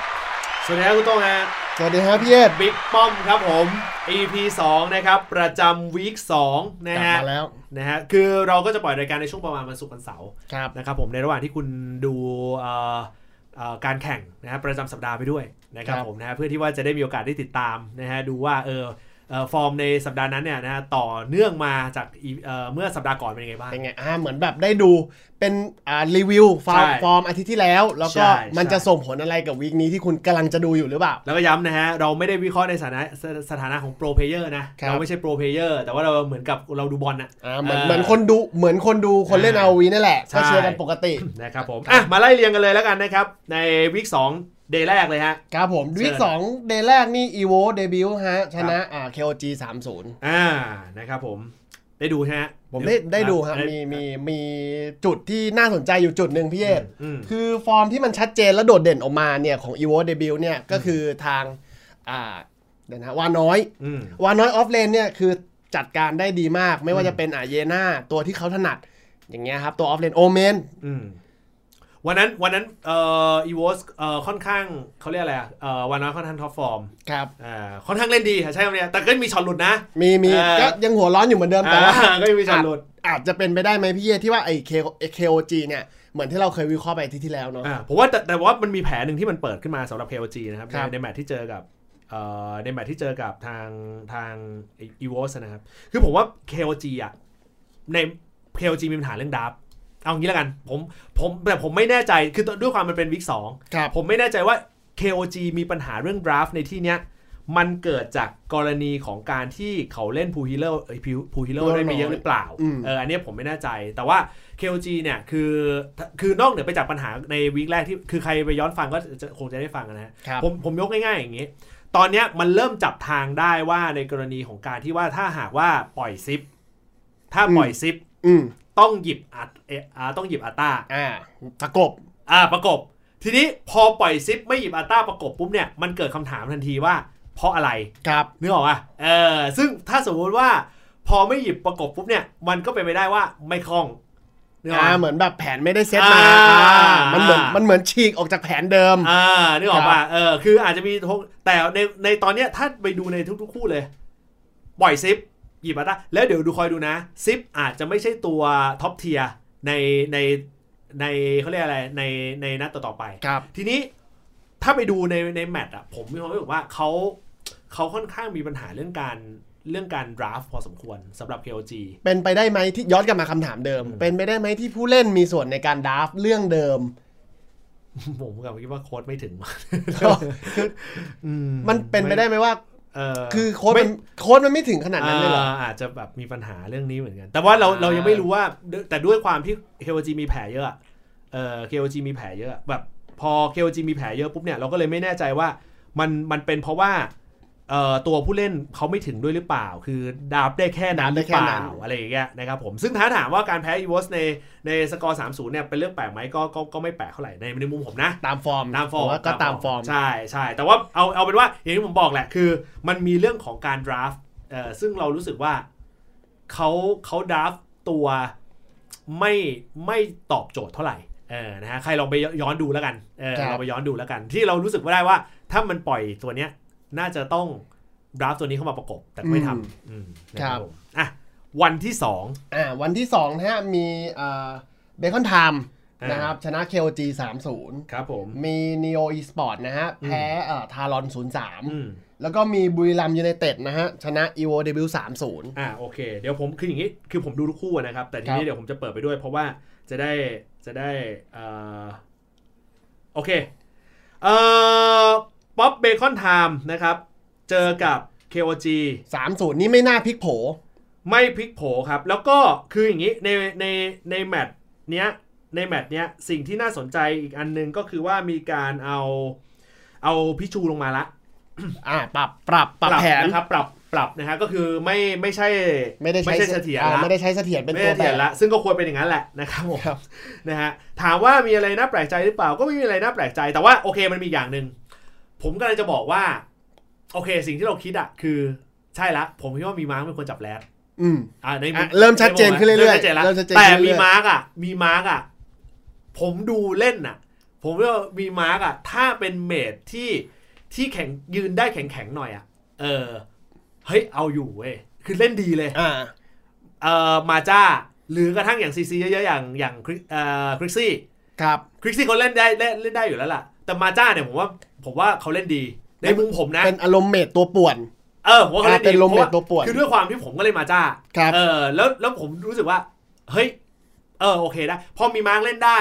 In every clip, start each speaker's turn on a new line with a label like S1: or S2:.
S1: ครับคุณโต้งฮะ
S2: สวัสดีครับพี่เอ็ด
S1: บิ๊กป้อมครับผม EP 2 นะครับ ประจำวีค2นะ
S2: กลับ
S1: ฮะ
S2: มาแล้ว
S1: นะฮะคือเราก็จะปล่อยรายการในช่วงประมาณวันศุกร์วันเสาร์
S2: ครับ
S1: นะครับผมในระหว่างที่คุณดูเอ่อเอ่อการแข่งนะฮะประจำสัปดาห์ไปด้วยนะครับ
S2: ครับ
S1: ผมนะฮะเพื่อที่ว่าจะได้มีโอกาสได้ติดตามนะฮะดูว่าเออเอ่อฟอร์มในสัปดาห์นั้นเนี่ยนะฮะต่อเนื่องมาจากอีเอ่อเมื่อสัปดาห์ก่อนเป็นยังไงบ้าง
S2: เป็นไงอ่าเหมือนแบบได้ดูเป็นอ่ารีวิวฟอร์ม
S1: ใช่
S2: ฟอร์มอาทิตย์ที่แล้ว แล้วก็
S1: ใช่
S2: มันจะ
S1: ใช่
S2: ส่งผลอะไรกับวีคนี้ที่คุณกำลังจะดูอยู่หรือเปล่า
S1: แล้วก็ย้ำนะฮะ เราไม่ได้วิเคราะห์ในสถานะสสถานะของโปรเพลเยอร์นะ
S2: ครับ
S1: เราไม่ใช่โปรเพลเยอร์แต่ว่าเราเหมือนกับเราดูบอลนะ
S2: อ่าเหมือน
S1: อ่า
S2: เหมือนคนดูเหมือนคนดูคนเล่น
S1: อ่า
S2: เอาวีนั่นแหละ
S1: ใช่
S2: ก็เชียร์กันปกติ
S1: นะครับผม อ่ะ มาไล่เรียงกันเลยแล้วกันนะครับ ในวิกสองเดย์แรกเลยฮะ
S2: ครับผม
S1: เชิญ
S2: วีคสองเดย์แรกนี่อีโวเดบิวต์ฮะ ชนะอ่า KOG 30
S1: อ่านะครับผม ได้ดูใช่ไหมฮะ
S2: ผมได้ได้ดูฮะ
S1: ได้
S2: มีมีมีจุดที่น่าสนใจอยู่จุดหนึ่งพี่เอ็ด
S1: อืม
S2: คือฟอร์มที่มันชัดเจนและโดดเด่นออกมาเนี่ยของ e v o d e b u t เนี่ยก็คือทางอ่าเดี๋ยวนะวาน้อย
S1: อืม
S2: วาน้อยออฟเลนเนี่ยคือจัดการได้ดีมากไม่
S1: อื
S2: ว่าม จะเป็นอาเยนาตัวที่เขาถนัด อย่างเงี้ยครับตัวออฟเลนโอเมน
S1: อืม วันนั้นวันนั้นเอ่ออีวอสเอ่อค่อนข้างเขาเรียกอะไรอ่ะเอ่อวันนั้นค่อนข้างท็อปฟอร์ม
S2: ครับ
S1: อ่าค่อนข้างเล่นดีค่ะใช่ไหมเนี่ยแต่ก็มีช็อตหลุดนะ
S2: มีมี
S1: เอ่อ
S2: ก็ยังหัวร้อนอยู่เหมือนเดิมแต่ว่า
S1: อ่าก็ยังมีช็อตหลุด
S2: อาจจะเป็นไปได้ไหมพี่เยที่ว่าไอ้ K- KOG เนี่ยเหมือนที่เราเคยวิเคราะห์ไปอาที่ที่แล้วเนาะ
S1: อ่าผมว่าแต่แต่ว่ามันมีแผลหนึ่งที่มันเปิดขึ้นมาสำหรับ KOG นะครับ
S2: ครับ
S1: ในในแมตช์ที่เจอกับเอ่อในแมตช์ที่เจอกับทางทางอีวอสนะครับ คือผมว่า KOG อ่ะใน KOG มีปัญหาเรื่องดับเอางี้แล้วกันผมผมแต่ผมไม่แน่ใจคือด้วยความมันเป็นวิกสอง
S2: ครับ
S1: ผมไม่แน่ใจว่า KOG มีปัญหาเรื่องดราฟในที่เนี้ยมันเกิดจากกรณีของการที่เขาเล่นพูฮิโร่เอ้ยพูฮิโร่ได้ไม่เยอะหรือเปล่า
S2: อืม
S1: เอออันเนี้ยผมไม่แน่ใจแต่ว่า KOG เนี่ยคือคือนอกเหนือไปจากปัญหาในวีคแรกที่คือใครไปย้อนฟังก็จะคงจะได้ฟังนะฮะ
S2: ครับ
S1: ผมผมยกง่ายๆอย่างนี้ ตอนเนี้ยมันเริ่มจับทางได้ว่าในกรณีของการที่ว่าถ้าหากว่าปล่อยซิป ถ้าปล่อยซิป
S2: อืม
S1: ต้องหยิบอัดเออาต้องหยิบอัตตา
S2: อ่าประกบ
S1: อ่าประกบ ทีนี้พอปล่อยซิป ไม่หยิบอัตตาประกบปุ๊บเนี่ยมันเกิดคำถามทันทีว่า เพราะอะไร
S2: ครับ
S1: นึกออกป่ะเออ ซึ่งถ้าสมมุติว่าพอไม่หยิบประกบปุ๊บเนี่ย มันก็เป็นไปได้ว่าไม่คล่องนึกออก
S2: อ่า
S1: ปะ
S2: เหมือนแบบแผนไม่ได้เซตมา
S1: อ่า
S2: อ่ามันเหมือนมันเหมือนฉีกออกจากแผนเดิม
S1: อ่านึกออกป่ะเออ คืออาจจะมีทงแต่ในในตอนเนี้ยถ้าไปดูในทุกๆคู่เลย ปล่อยซิป หยิบมาได้แล้วเดี๋ยวดูคอยดูนะ ซิปอาจจะไม่ใช่ตัวท็อปเทียในในในเขาเรียกอะไรในในนัดต่อๆไป
S2: ครับ
S1: ทีนี้ถ้าไปดูในในแมตช์อ่ะ ผมมีความรู้สึกว่าเขาเขาค่อนข้างมีปัญหาเรื่องการเรื่องการดราฟพอสมควรสำหรับ KOG
S2: เป็นไปได้ไหมที่ย้อนกลับมาคำถามเดิม
S1: อืม
S2: เป็นไปได้ไหมที่ผู้เล่นมีส่วนในการดราฟต์เรื่องเดิ ม
S1: ผมกับคิดว่าโค้ดไม่ถึงมาก
S2: ก็ มันเป็นไปได้ไหมว่า
S1: เออ
S2: คือโค้ด
S1: ไม่
S2: มันโค้ดมันไม่ถึงขนาดนั้นเลยเหรอ
S1: าอาจจะแบบมีปัญหาเรื่องนี้เหมือนกัน แต่ว่าเรา
S2: อ่า
S1: เรายังไม่รู้ว่า แต่ด้วยความที่ KOG มีแผลเยอะอะเออ KOG มีแผลเยอะอะแบบพอ KOG มีแผลเยอะปุ๊บเนี่ยเราก็เลยไม่แน่ใจว่ามันมันเป็นเพราะว่าเอ่อตัวผู้เล่นเขาไม่ถึงด้วยหรือเปล่า คือดาบได้แค่นั้นหรือเปล่าอะไรอย่างเงี้ยนะครับผมซึ่งถ้าถามว่าการแพ้อีวอสในในสกอร์30เนี่ยเป็นเรื่องแปลกไหมก็ก็ก็ไม่แปลกเท่าไหร่ในในมุมผมนะ
S2: ตามฟอร์ม
S1: ตามฟอร์ม
S2: ผว่าก็ตามฟอร์ม
S1: ใช่ใช่แต่ว่าเอาเอาเป็นว่าอย่างที่ผมบอกแหละคือ มันมีเรื่องของการดราฟเอ่อซึ่งเรารู้สึกว่าเขาเขาดราฟตัวไม่ไม่ตอบโจทย์เท่าไหร่เออนะฮะใครลองไปย้อนดูแล้วกันเออ
S2: ครับ
S1: เราไปย้อนดูแล้วกัน ที่เรารู้สึกว่าได้ว่า ถ้ามันปล่อยตัวเนี้ย น่าจะต้องดราฟตัวนี้เข้ามาประกบแต่ก็ไม่ทำอืมนะครับผมอ่ะวันที่สอง
S2: อ่าวันที่2นะฮะมีเบคอนไทม์
S1: อ่า
S2: นะครับชนะ KOG 30
S1: ครับผม
S2: มี Neo Esport นะฮะ
S1: อืม
S2: แพ้ทารอน
S1: อืม
S2: 03 แล้วก็มีบุรีรัมยูไนเต็ดนะฮะ ชนะ EVO Debut 30
S1: อ่าโอเค เดี๋ยวผมคืออย่างนี้คือผมดูทุกคู่นะครับ แต่ที
S2: ครั
S1: นี้
S2: บ
S1: เดี๋ยวผมจะเปิดไปด้วย เพราะว่าจะได้จะได้เอ่อโอเคเอ่อป๊อปเบคอนไทม์นะครับ เจอกับ KOG
S2: 30 นี่ไม่น่าพลิกโผ
S1: ไม่พลิกโผครับ แล้วก็คืออย่างนี้ในในในแมตช์เนี้ยในแมตช์เนี้ยสิ่งที่น่าสนใจอีกอันหนึงก็คือว่ามีการเอาเอาพิชูลงมาละ
S2: อ่าปรับปรับปรับแผน
S1: นะครับปรับปรับนะฮะก็คือไม่ไม่ใช่
S2: ไม่ได้ใช้
S1: ใช่เสถียร
S2: อ่า
S1: ละ
S2: ไม่ได้ใช้เสถียรเป็น
S1: ไม่
S2: ตัว
S1: ได้
S2: แป
S1: เถีย
S2: ร
S1: งละซึ่งก็ควรเป็นอย่างนั้นแหละนะครับผม
S2: ครับ
S1: นะฮะถามว่ามีอะไรน่าแปลกใจหรือเปล่าก็ไม่มีอะไรน่าแปลกใจ แต่ว่าโอเคมันมีอย่างหนึ่งผมกำลังจะบอกว่า โอเค สิ่งที่เราคิดอะคือใช่ละผมคิดว่ามีมาร์กเป็นคนจับแรด
S2: อืม
S1: อ่ะใน
S2: อ่ะเริ่มชัดเจนขึ้นเรื่อยๆ
S1: เริ่มชัดเจนละ
S2: เริ่มชัดเจนขึ้
S1: แต่
S2: นเรื่อยๆ
S1: มีมาร์กอะมีมาร์กอะผมดูเล่นอะผมว่ามีมาร์กอะถ้าเป็นเมดที่ ที่แข็งยืนได้แข็งแข็งๆหน่อยอ่ะเออเฮ้ยเอาอยู่เว้ยคือเล่นดีเลย
S2: อ่า
S1: เอ่อมาจ้า หรือกระทั่งอย่างซีซีเยอะๆอย่างอย่างคริเอ่อคริกซี่
S2: ครับ
S1: คริกซี่เขาเล่นได้เล่นเล่นได้อยู่แล้วล่ะ แต่มาจ้าเนี่ยผมว่าผมว่าเขาเล่นดีในมุมผมนะ
S2: เป็นอารมณ์เมดตัวป่วน
S1: เออผมว่าเขาเล่น
S2: อ่าเป็
S1: ดี
S2: นลม
S1: เพราะว่า
S2: เมตตัวป่วน
S1: คือด้วยความที่ผมก็เลยมาจ้า
S2: ครับ
S1: เออแล้วแล้วผมรู้สึกว่า เฮ้ย เออโอเคได้พอมีมาร์กเล่นได้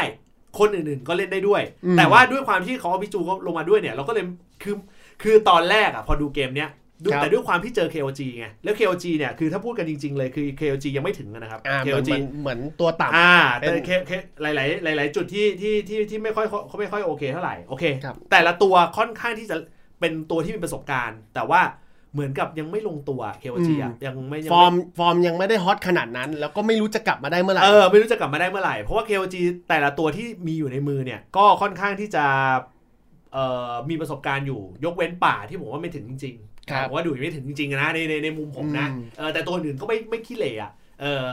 S1: คนอื่นๆก็เล่นได้ด้วย
S2: อืม
S1: แต่ว่าด้วยความที่เขาเอาพิจูเขาลงมาด้วยเนี่ย เราก็เลยคือคือตอนแรกอ่ะพอดูเกมเนี้ยดู
S2: ครับ
S1: แต่ด้วยความที่เจอ KOG ไงแล้ว KOG เนี่ยคือถ้าพูดกันจริง ๆ เลยคือ KOG ยังไม่ถึงนะครับ
S2: อ่าเหมือน
S1: KOG
S2: เหมือนเหมือนตัวต่
S1: อ่า
S2: เป็
S1: แต่
S2: น
S1: เคเคหลาย ๆ หลาย ๆ จุดที่ที่ที่ที่ไม่ค่อยเขาไม่ค่อยโอเคเท่าไหร่โอเค
S2: ครับ
S1: แต่ละตัวค่อนข้างที่จะเป็นตัวที่มีประสบการณ์ แต่ว่าเหมือนกับยังไม่ลงตัวเคโอจีอ่ะยังไม่ยั
S2: ำ
S1: ง
S2: ฟ
S1: ไ
S2: อร์มฟอร์มยังไม่ได้ฮอตขนาดนั้น แล้วก็ไม่รู้จะกลับมาได้เมื่อไหร่
S1: เออไม่รู้จะกลับมาได้เมื่อไหร่ เพราะว่าเคโอจีแต่ละตัวที่มีอยู่ในมือเนี่ย ก็ค่อนข้างที่จะเอ่อมีประสบการณ์อยู่ยกเว้นป่าที่ผมว่าไม่ถึงจริงๆ
S2: ครับ
S1: ผมว่าดูยังไม่ถึงจริงๆนะในในในมุมผมนะ
S2: อืม
S1: เออแต่ตัวอื่นก็ไม่ไม่ขี้เหร่อ่ะเออ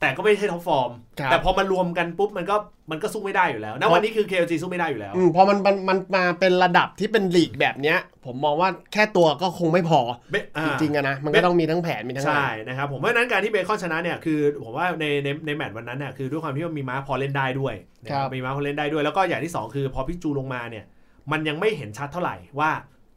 S1: แต่ก็ไม่ใช่ท็อปฟอร์ม
S2: ครับ
S1: แต่พอมารวมกันปุ๊บมันก็มันก็สู้ไม่ได้อยู่แล้วณวันนี้คือ KLG สู้ไม่ได้อยู่แล้ว
S2: อืมพอมันมันมันมาเป็นระดับที่เป็นลีกแบบเนี้ย ผมมองว่าแค่ตัวก็คงไม่พอ จริงๆอะนะ มันก็ต้องมีทั้งแผนมีทั้งอะ
S1: ใช่
S2: ไร
S1: นะครับผมเพราะฉะนั้นการที่เบคอนชนะเนี่ยคือผมว่าในในในแมตช์วันนั้นเนี่ยคือด้วยความที่มันมีม้าพอเล่นได้ด้วยนะครับมีม้าพอเล่นได้ด้วย แล้วก็อย่างที่สองคือพอพี่จูลงมาเนี่ย มันยังไม่เห็นชัดเท่าไหร่ว่า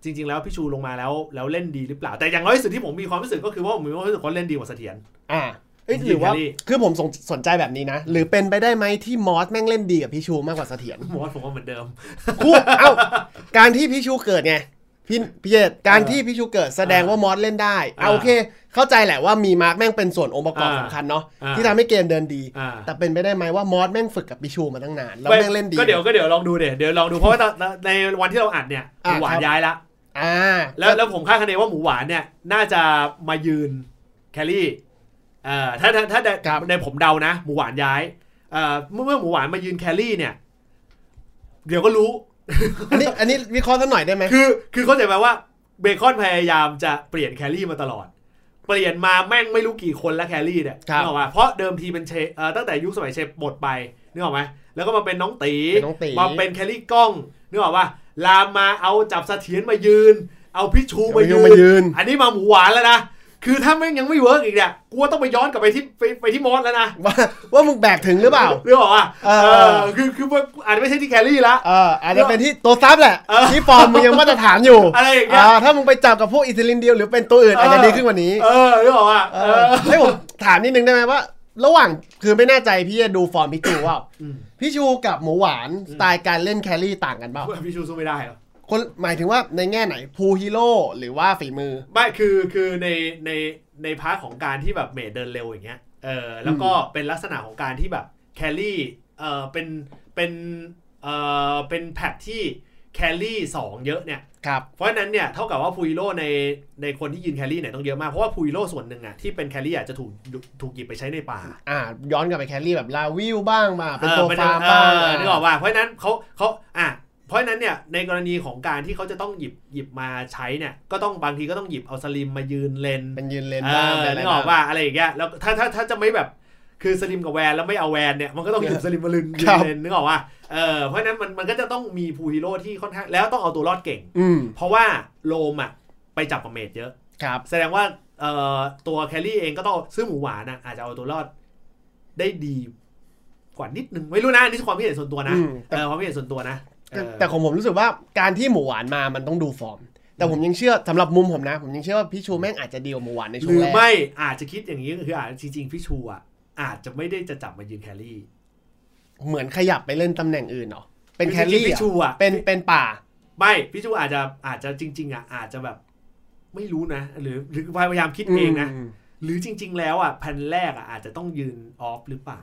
S1: จริง ๆ แล้วพี่ชูลงมาแล้วแล้วเล่นดีหรือเปล่า แต่อย่างน้อยที่สุดที่ผมมีความรู้สึกก็คือว่าผมมีความรู้สึกว่าเล่นดีกว่าเสถียร
S2: อ่าเอ้ย
S1: จริงๆ
S2: หรือว่า
S1: แฮร์รี่
S2: คือผมสนสนใจแบบนี้นะ หรือเป็นไปได้ไหมที่มอสแม่งเล่นดีกับพี่ชูมากกว่าเสถียร
S1: ผมว่าผมว่าเหมือนเดิม
S2: คู่เอ้า การที่พี่ชูเกิดไงพี่พี่เจตการที่พี่ชูเกิดแสดงว่ามอสเล่นได้เอา
S1: อ่า
S2: โอเค เข้าใจแหละว่ามีมาร์กแม่งเป็นส่วนองค์ประกอบ
S1: อ่า
S2: สำคัญเนาะ
S1: อ่า
S2: ที่ทำให้เกมเดินดี
S1: อ่า
S2: แต่เป็นไปได้ไหมว่ามอสแม่งฝึกกับพี่ชูมาตั้งนาน แล้ว
S1: ไม่
S2: แม่งเล่นดี
S1: ก็เดี๋ยวก็เดี๋ยวลองดูเดี๋ยวเดี๋ยวลองดูเพราะว่าตอนในวันที่เราอัดเนี่ยห
S2: อ่ะ
S1: มูหวา
S2: คน รับ
S1: ย้ายละ
S2: อ่า
S1: แล้วแล้วผมคาดคะเนว่าหมูหวานเนี่ยน่าจะมายืนแคลรี่เอ่อถ้าถ้าถ้าในในผมเดานะ หมูหวานย้ายเอ่อเมื่อเมื่อหมูหวานมายืนแคลรี่เนี่ย เดี๋ยวก็รู้
S2: อันนี้อันนี้วิเคราะห์สักหน่อยได้ไหม
S1: คือคือเข้าใจไหมว่าเบคอนพยายามจะเปลี่ยนแคลรี่มาตลอด เปลี่ยนมาแม่งไม่รู้กี่คนแล้วแคลรี่เนี่ยนึกออกปะเพราะเดิมทีเป็นเชเอ่อตั้งแต่ยุคสมัยเชฟบดไปนึกออกไหมแล้วก็มาเป็นน้องตี
S2: เป็นน้องตี
S1: มาเป็นแคลรี่กล้องนึกออกป่ะลามมาเอาจับเสถียรมายืน เอาพิชูมายื
S2: มาน ยืน
S1: อันนี้มาหมูหวานแล้วนะ คือถ้าแม่งยังไม่เวิร์กอีกเนี่ยกูว่าต้องไปย้อนกลับไปที่ไปไปที่มอสแล้วนะ
S2: ว่าว่ามึงแบกถึงหรือเปล่า
S1: เรื่องบอกว่า
S2: เออ
S1: คือคือมันอาจจะไม่ใช่ที่แคลรี่ละ
S2: เอออาจจะเป็นที่ตัวซับแหละ
S1: เออ
S2: ที่ฟอร์มมึงยังมาตรฐานอยู่
S1: อะไรอย่างเงี้ย
S2: อ่าถ้ามึงไปจับกับพวกอิตาลีนเดียวหรือเป็นตัวอื่นอาจจะ
S1: เออ
S2: ดีขึ้นกว่านี้
S1: เออเรื่องบอกว่าเอ
S2: เออ
S1: อ
S2: ให้ผมถามนิดนึงได้ไหมว่า ระหว่างคือไม่แน่ใจพี่จะดูฟอร์มพี่จูว่า
S1: อืม
S2: พี่ชูกับหมูหวานสไตล์การเล่นแครี่ต่างกันเปล่า
S1: พี่ชูสู้ไม่ได้หรอ
S2: คนหมายถึงว่าในแง่ไหนพูฮีโร่หรือว่าฝีมือ
S1: ไม่คือคือในในในพาร์ทของการที่แบบเมดเดินเร็วอย่างเงี้ย เออแล้วก็เป็นลักษณะของการที่แบบแคลรี่ เออเป็นเป็นเออเป็นแพทที่แคลรี่สองเยอะเนี่ย
S2: ครับ
S1: เพราะฉะนั้นเนี่ยเท่ากับว่าพูยโร่ในในคนที่ยืนแคลรี่เนี่ยต้องเยอะมาก เพราะว่าพูยโร่ส่วนหนึ่งอะที่เป็นแคลรี่อาจจะถูกถูกหยิบไปใช้ในป่า
S2: อ่า ย้อนกลับไปแครี่แบบลาวิลบ้างมา เป็น
S1: ออ
S2: ตัว
S1: มัน
S2: ฟาร์ม
S1: เอ
S2: บ้าง
S1: อนึกออกว่าเพราะฉะนั้นเขาเขาอ่ะเพราะฉะนั้นเนี่ยในกรณีของการที่เขาจะต้องหยิบหยิบมาใช้เนี่ยก็ต้องบางทีก็ต้องหยิบเอาสลิมมายืนเลน
S2: เป็นยืนเลน
S1: เอ
S2: บ้าง
S1: อ
S2: เป็นอะไร
S1: นึกอ
S2: บ้า
S1: อง กว่าอะไรอย่างเงี้ยแล้วถ้าถ้าถ้าจะไม่แบบคือสลิมกับแวนแล้วไม่เอาแวนเนี่ยมันก็ต้องหยิบสลิมมาลืนยื
S2: ครั
S1: น
S2: บ
S1: เลนนึกออกว่าเออเพราะฉะนั้นมันมันก็จะต้องมีพูฮีโร่ที่ค่อนข้างแล้วต้องเอาตัวรอดเก่ง
S2: อืม
S1: เพราะว่าโลมอะไปจับกับเมดเยอะ
S2: ครับ
S1: แสดงว่าเอ่อตัวแคลรี่เองก็ต้องซื้อหมูหวานนะอาจจะเอาตัวรอดได้ดีกว่านิดนึง ไม่รู้นะอันนี่ความคิดเห็นส่วนตัวนะ
S2: อืมแต่
S1: เออความคิดเห็นส่วนตัวนะเอ
S2: แต่
S1: อ
S2: แต่ของผมรู้สึกว่าการที่หมูหวานมามันต้องดูฟอร์ม แต่ผมยังเชื่อสำหรับมุมผมนะ ผมยังเชื่อว่าพี่ชูแม่งอาจจะดีกว่าหมูหวานใน
S1: ห
S2: ช่ว
S1: รื
S2: ง
S1: อ
S2: แรก
S1: ไม่อาจจะคิดอย่างนี้ก็คืออาจจริงๆพี่ชูอ่ะอาจจะไม่ได้จะจับมายืนแคลรี่
S2: เหมือนขยับไปเล่นตำแหน่งอื่นเหรอเป็นแค
S1: จง
S2: รี่
S1: ๆพี่ชูอ่ะ
S2: เป็นเป็นป่า
S1: ไม่พี่ชูอาจจะอาจจะจริง ๆอ่ะอาจจะแบบ ไม่รู้นะ หรือหรือพยายามคิดเองนะ
S2: ม
S1: หรือจริง ๆ แล้วอ่ะแผ่นแรกอ่ะอาจจะต้องยืนออฟหรือเปล่า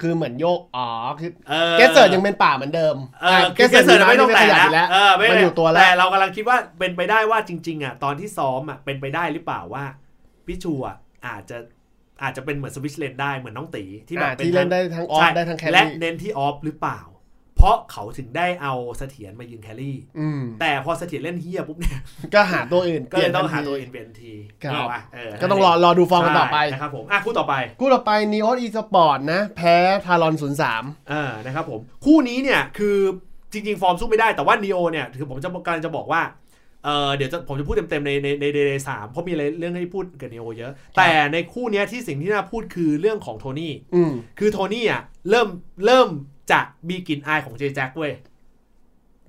S2: คือเหมือนโยก อ๋อ คือ
S1: เออ
S2: เกสเซิร์ดยังเป็นป่าเหมือนเดิม
S1: เออ
S2: เก
S1: เก
S2: ส
S1: ส
S2: เซิร์ด
S1: เซอร์ไม่ต้องแต่
S2: ขยับ
S1: ง
S2: ยู่
S1: แล้
S2: แล้
S1: ว วเออไม่
S2: มันอยู่ตัวแล้ว
S1: แต่เรากำลังคิดว่าเป็นไปได้ว่าจริง ๆ อ่ะ ตอนที่ซ้อมอ่ะเป็นไปได้หรือเปล่าว่าพี่ชูอ่ะอาจจะอาจจะเป็นเหมือนสวิชเลนได้เหมือนน้องตีที่แบบ
S2: อ่า
S1: ป็
S2: ที่เล่นได้ทั้งออฟ
S1: ใช่
S2: ได้ทั้งแค
S1: และ
S2: รี่
S1: เน้นที่ออฟหรือเปล่า เพราะเขาถึงได้เอาเสถียรมายืนแครี่
S2: อืม
S1: แต่พอเสถียรเล่นเฮียปุ๊บเนี่ย
S2: ก็หาตัวอื่น
S1: ก็เลยต้องหาตัว
S2: เปลี่ยนทันที
S1: เอ็นเบนที
S2: ครับ
S1: เอาอะเ
S2: ก็ต้องรอรอดูฟอร์มกันต่อไป
S1: ใช่นะครับผมอ่ะคู่ต่อไป
S2: กูต่อไปนีโอสอีสปอร์ตนะ แพ้ทารอนศูนย์สาม
S1: เออนะครับผม คู่นี้เนี่ยคือจริง ๆ ฟอร์มสู้ไม่ได้แต่ว่านีโอเนี่ยคือผมจะกำลังจะบอกว่า เออเดี๋ยวจะผมจะพูดเต็มๆในในในเดย์สามเพราะมีอะไรเรื่องให้พูดกับเนโอเยอะ แต่ในคู่เนี้ยที่สิ่งที่น่าพูดคือเรื่องของโทนี่
S2: อืม
S1: คือโทนี่อ่ะเริ่มเริ่มจะมีกลิ่นอายของเจแจ็คเว้ย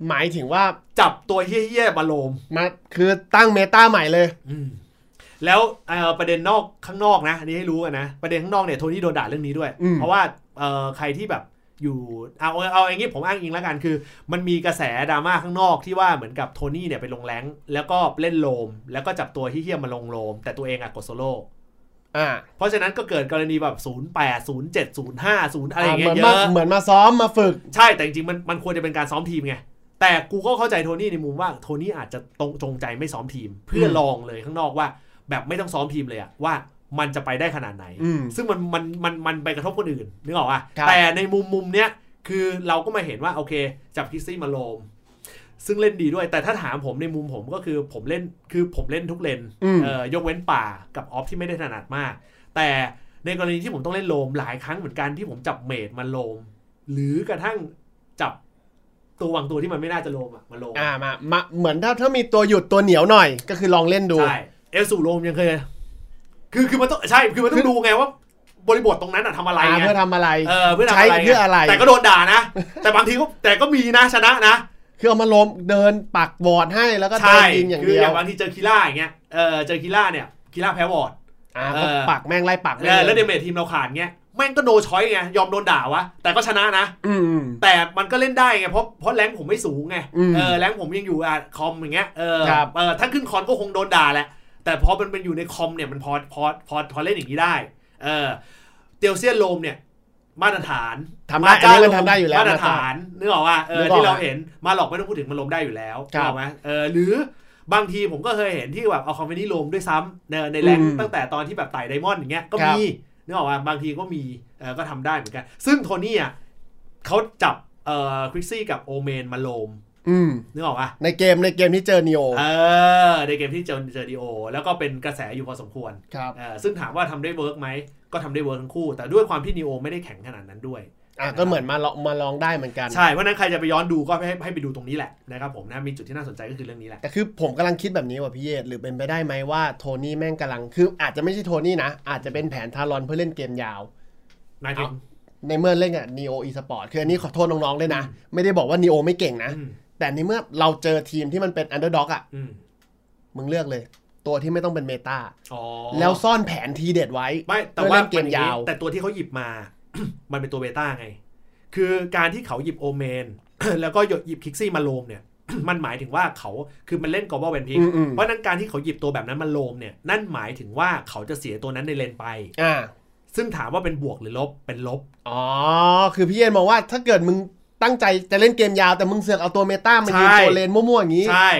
S2: หมายถึงว่า
S1: จับตัวเฮี้ยๆมาโลม
S2: มาคือตั้งเมตาใหม่เลย
S1: อืมแล้วเอ่อประเด็นนอกข้างนอกนะอันนี้ให้รู้กันนะประเด็นข้างนอกเนี่ยโทนี่โดนด่าเรื่องนี้ด้วย
S2: อืม
S1: เพราะว่าเอ่อใครที่แบบอยู่เอาเอาเอาอย่างนี้ผมอ้างอิงแล้วกันคือ มันมีกระแสดราม่าข้างนอกที่ว่าเหมือนกับโทนี่เนี่ยไปลงแรงค์แล้วก็เล่นโลม แล้วก็จับตัวเฮี้ยๆมาลงโลม แต่ตัวเองอะกดโซโล่
S2: อ่า
S1: เพราะฉะนั้นก็เกิดกรณีแบบ 08 07 05 0อะไรอย่าง
S2: เห
S1: เงี้
S2: มื
S1: ยเย
S2: นมา
S1: อะ
S2: เหมือนมาซ้อมมาฝึก
S1: ใช่แต่จริงๆมันมันควรจะเป็นการซ้อมทีมไง แต่กูก็เข้าใจโทนี่ในมุมว่าโทนี่อาจจะตรงจงใจไม่ซ้อมทีม เพื่ออ
S2: ม
S1: ลองเลยข้างนอกว่า แบบไม่ต้องซ้อมทีมเลยอะว่ามันจะไปได้ขนาดไหน
S2: อืม
S1: ซึ่งมันมันมันมันไปกระทบคนอื่นนึกออกป่ะ
S2: ครับ
S1: แต่ในมุมมุมเนี้ยคือเราก็มาเห็นว่าโอเค จับคริสซี่มาโลม ซึ่งเล่นดีด้วยแต่ถ้าถามผมในมุมผมก็คือผมเล่นคือผมเล่นทุกเลน
S2: อืม
S1: เอ่อยกเว้นป่ากับออฟที่ไม่ได้ถนัดมาก แต่ในกรณีที่ผมต้องเล่นโลมหลายครั้งเหมือนกันที่ผมจับเมดมาโลม หรือกระทั่งจับตัววางตัวที่มันไม่น่าจะโลมอะมาโลม
S2: อ่ามามาเหมือนถ้าถ้ามีตัวหยุดตัวเหนียวหน่อย ก็คือลองเล่นดู
S1: ใช่เอลสูโลมยังเคย คือคือมันต้องใช่คือมันต้องดูไงว่า บริบทตรงนั้นอะทำอะไร
S2: อ่า
S1: ไง
S2: เพื่อทำอะไร
S1: เออเพื่อทำ
S2: ใช้
S1: อะไรไง
S2: เพื่ออะไร
S1: แต่ก็โดนด่านะ แต่บางทีก็แต่ก็มีนะชนะนะ
S2: คือเอามาลมเดินปักบอร์ดให้แล้วก็เดิ
S1: ใช่
S2: นยิงอย่าง
S1: คื
S2: เดี
S1: อ
S2: ยว
S1: อย่างบางทีเจอคีล่าอย่างเงี้ยเออเจอคีล่าเนี่ยคีล่าแพ้วอร์ด
S2: อ่า
S1: เออ
S2: ก็ปักแม่งไล่ปัก
S1: เออแล้วเด
S2: ย
S1: เมจทีมเราขาดเงี้ยแม่งก็โนช้อยไงยอมโดนด่าวะ แต่ก็ชนะนะ
S2: อืมอืม
S1: แต่มันก็เล่นได้ไง เพราะเพราะแรงผมไม่สูงไง
S2: อืม
S1: เออแรงผมยังอยู่อ่ะคอมอย่างเงี้ยเออ
S2: ครับ
S1: เออถ้าขึ้นคอนก็คงโดนด่าแหละ แต่พอมันเป็นอยู่ในคอมเนี่ยมันพอพอพอพอเล่นอย่างนี้ได้เออเตียวเซียนโลมเนี่ย มาตรฐาน
S2: ทำได้อันนี้มันทำได้อยู่แล้ว
S1: มาตรฐานนึกออกว่าเออ
S2: นึกออก
S1: ที่เราเห็นมาหลอกไม่ต้องพูดถึงมันลมได้อยู่แล้ว
S2: ครับ
S1: ถูกไหมเออหรือบางทีผมก็เคยเห็นที่แบบเอาคอมเมดี้ลมด้วยซ้ำในในแรงตั้งแต่ตอนที่แบบไต่ไดมอนด์อย่างเงี้ยก็มีนึกออกว่าบางทีก็มีเออก็ทำได้เหมือนกัน ซึ่งโทนี่อ่ะเขาจับเอ่อคริสซี่กับโอเมนมาโลม
S2: อืม
S1: นึกออกปะ
S2: ในเกมในเกมที่เจอเนโอ
S1: เออในเกมที่เจอเจอดีโอ แล้วก็เป็นกระแสอยู่พอสมควร
S2: ครับ
S1: เอ่อซึ่งถามว่าทำได้เวิร์กไหม ก็ทำได้เวิร์กทั้งคู่ แต่ด้วยความที่นีโอไม่ได้แข็งขนาดนั้นด้วย
S2: อ่ะก็เหมือนมาลองมาลองได้เหมือนกัน
S1: ใช่ เพราะฉะนั้นใครจะไปย้อนดูก็ให้ให้ไปดูตรงนี้แหละนะครับผมนะ มีจุดที่น่าสนใจก็คือเรื่องนี้แหละ
S2: แต่คือผมกำลังคิดแบบนี้ว่ะพี่เยศหรือเป็นไปได้ไหมว่าโทนี่แม่งกำลังคืออาจจะไม่ใช่โทนี่นะ อาจจะเป็นแผนทารอนเพื่อเล่นเกมยาว
S1: นายถึง
S2: ในเมื่อเล่นกับ Neo Esport คืออันนี้ขอโทษน้องๆด้วยนะ ไม่ได้บอกว่า Neo ไม่เก่งนะ
S1: อืม
S2: แต่ในเมื่อเราเจอทีมที่มันเป็น Underdog อ่ะ
S1: อืม
S2: มึงเลือกเลย ตัวที่ไม่ต้องเป็นเมตา
S1: อ๋อ
S2: แล้วซ่อนแผนทีเด็ดไว้
S1: ไม่แต่ว่า
S2: เล่นเกมยาว
S1: แต่ตัวที่เขาหยิบมา มันเป็นตัวเบต้าไง คือการที่เขาหยิบโอเมน แล้วก็หยิบคิกซี่มาโลมเนี่ย มันหมายถึงว่าเขาคือมันเล่นกอบบอลเวนพิก
S2: อืมอืม
S1: เพราะฉะนั้นการที่เขาหยิบตัวแบบนั้นมาโลมเนี่ย นั่นหมายถึงว่าเขาจะเสียตัวนั้นในเลนไป
S2: อ่า
S1: ซึ่งถามว่าเป็นบวกหรือลบ เป็นลบ
S2: อ๋อ คือพี่เยศมองว่าถ้าเกิดมึงตั้งใจจะเล่นเกมยาวแต่มึงเสือกเอาตัวเมตามายืน
S1: ใช่
S2: โซเลนมั่วๆอย่างนี้
S1: ใช่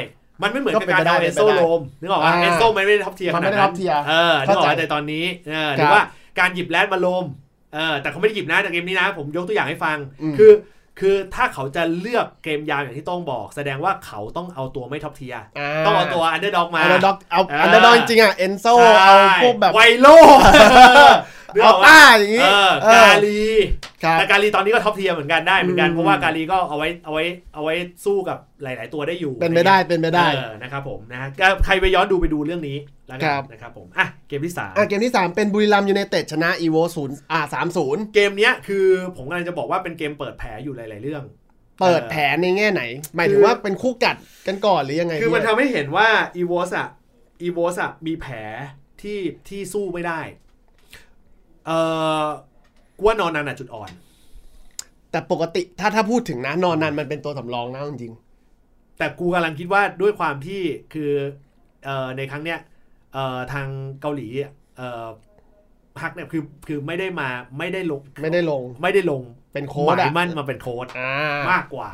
S1: มันไม่เหมือน
S2: ก็
S1: กับ
S2: เป็น
S1: การ
S2: ไปได้
S1: เอาเอ
S2: เป็น
S1: น
S2: ไป
S1: โซ
S2: ได้
S1: โลมนึกออกป่ะ
S2: อ่า
S1: เอนโซไม่ได้ท็อปเทียร์
S2: มันไม่ได้
S1: ขา
S2: top tier
S1: เออนึกออก
S2: เข้า
S1: ป่ะ
S2: ใจ
S1: แต่ตอนนี้เออห
S2: ครั
S1: รื
S2: บ
S1: อว่าการหยิบแรดมาโลมเออแต่เขาไม่ได้หยิบนะแต่เกมนี้นะ ผมยกตัวอย่างให้ฟัง
S2: อืม
S1: คือ คือถ้าเขาจะเลือกเกมยาวอย่างที่โต้องบอก แสดงว่าเขาต้องเอาตัวไม่ท็อปเทียร์ต้องเอาตัวอันเดอร์ด็อกมา
S2: อันเดอร์ด็อกเอา
S1: อ่า
S2: อันเดอร์ด็อกจริงๆอ่ะเอนโซ
S1: ใช่
S2: เอาพวกแบบ
S1: ไวโล นึก
S2: เอา
S1: กปะ
S2: ต้าอย่างนี้
S1: เออ
S2: เออก
S1: าลี
S2: ครับ
S1: แต่การีตอนนี้ก็ท็อปเทียร์เหมือนกันได้เหมือนกัน
S2: อืม
S1: เพราะว่าการีก็เอาไว้เอาไว้เอาไว้สู้กับหลาย ๆ ตัวได้อยู่
S2: เป็นไปได้เป็นไปได้
S1: เออนะครับผมนะฮะก็ใครไปย้อนดูไปดูเรื่องนี้แล้วกั
S2: ครั
S1: น
S2: บ
S1: นะครับผมอ่ะเกมที่สาม
S2: อ่ะเกมที่ 3 เป็นบุรีรัมย์ยูไนเต็ดชนะอีโวศูนย์อ่าสามศูนย์
S1: เกมเนี้ยคือผมกำลังจะบอกว่าเป็นเกมเปิดแผลอยู่หลาย ๆ เรื่อง
S2: เปิดแผนในแง่ไหน หมายถึงว่าเป็นคู่กัดกันก่อนหรือยังไง
S1: คือมัน
S2: พี่
S1: ทำให้เห็นว่าอีวอสอะอีวอสอะมีแผลที่ที่สู้ไม่ได้เออกูว่านอนนันอะจุดอ่อน
S2: แต่ปกติถ้าถ้าพูดถึงนะนอนนันมันเป็นตัวสำรองนะจริง
S1: แต่กูกำลังคิดว่าด้วยความที่คือเอ่อในครั้งเนี้ยเอ่อทางเกาหลีเอ่อพักเนี่ยคือคือไม่ได้มาไม่ได้ลง
S2: ไม่ได้ลง
S1: ไม่ได้ลง
S2: เป็นโค้
S1: ห
S2: ด
S1: มา
S2: อ่ะ
S1: ยมั่นมาเป็นโค้ด
S2: อ่าม
S1: ากกว่า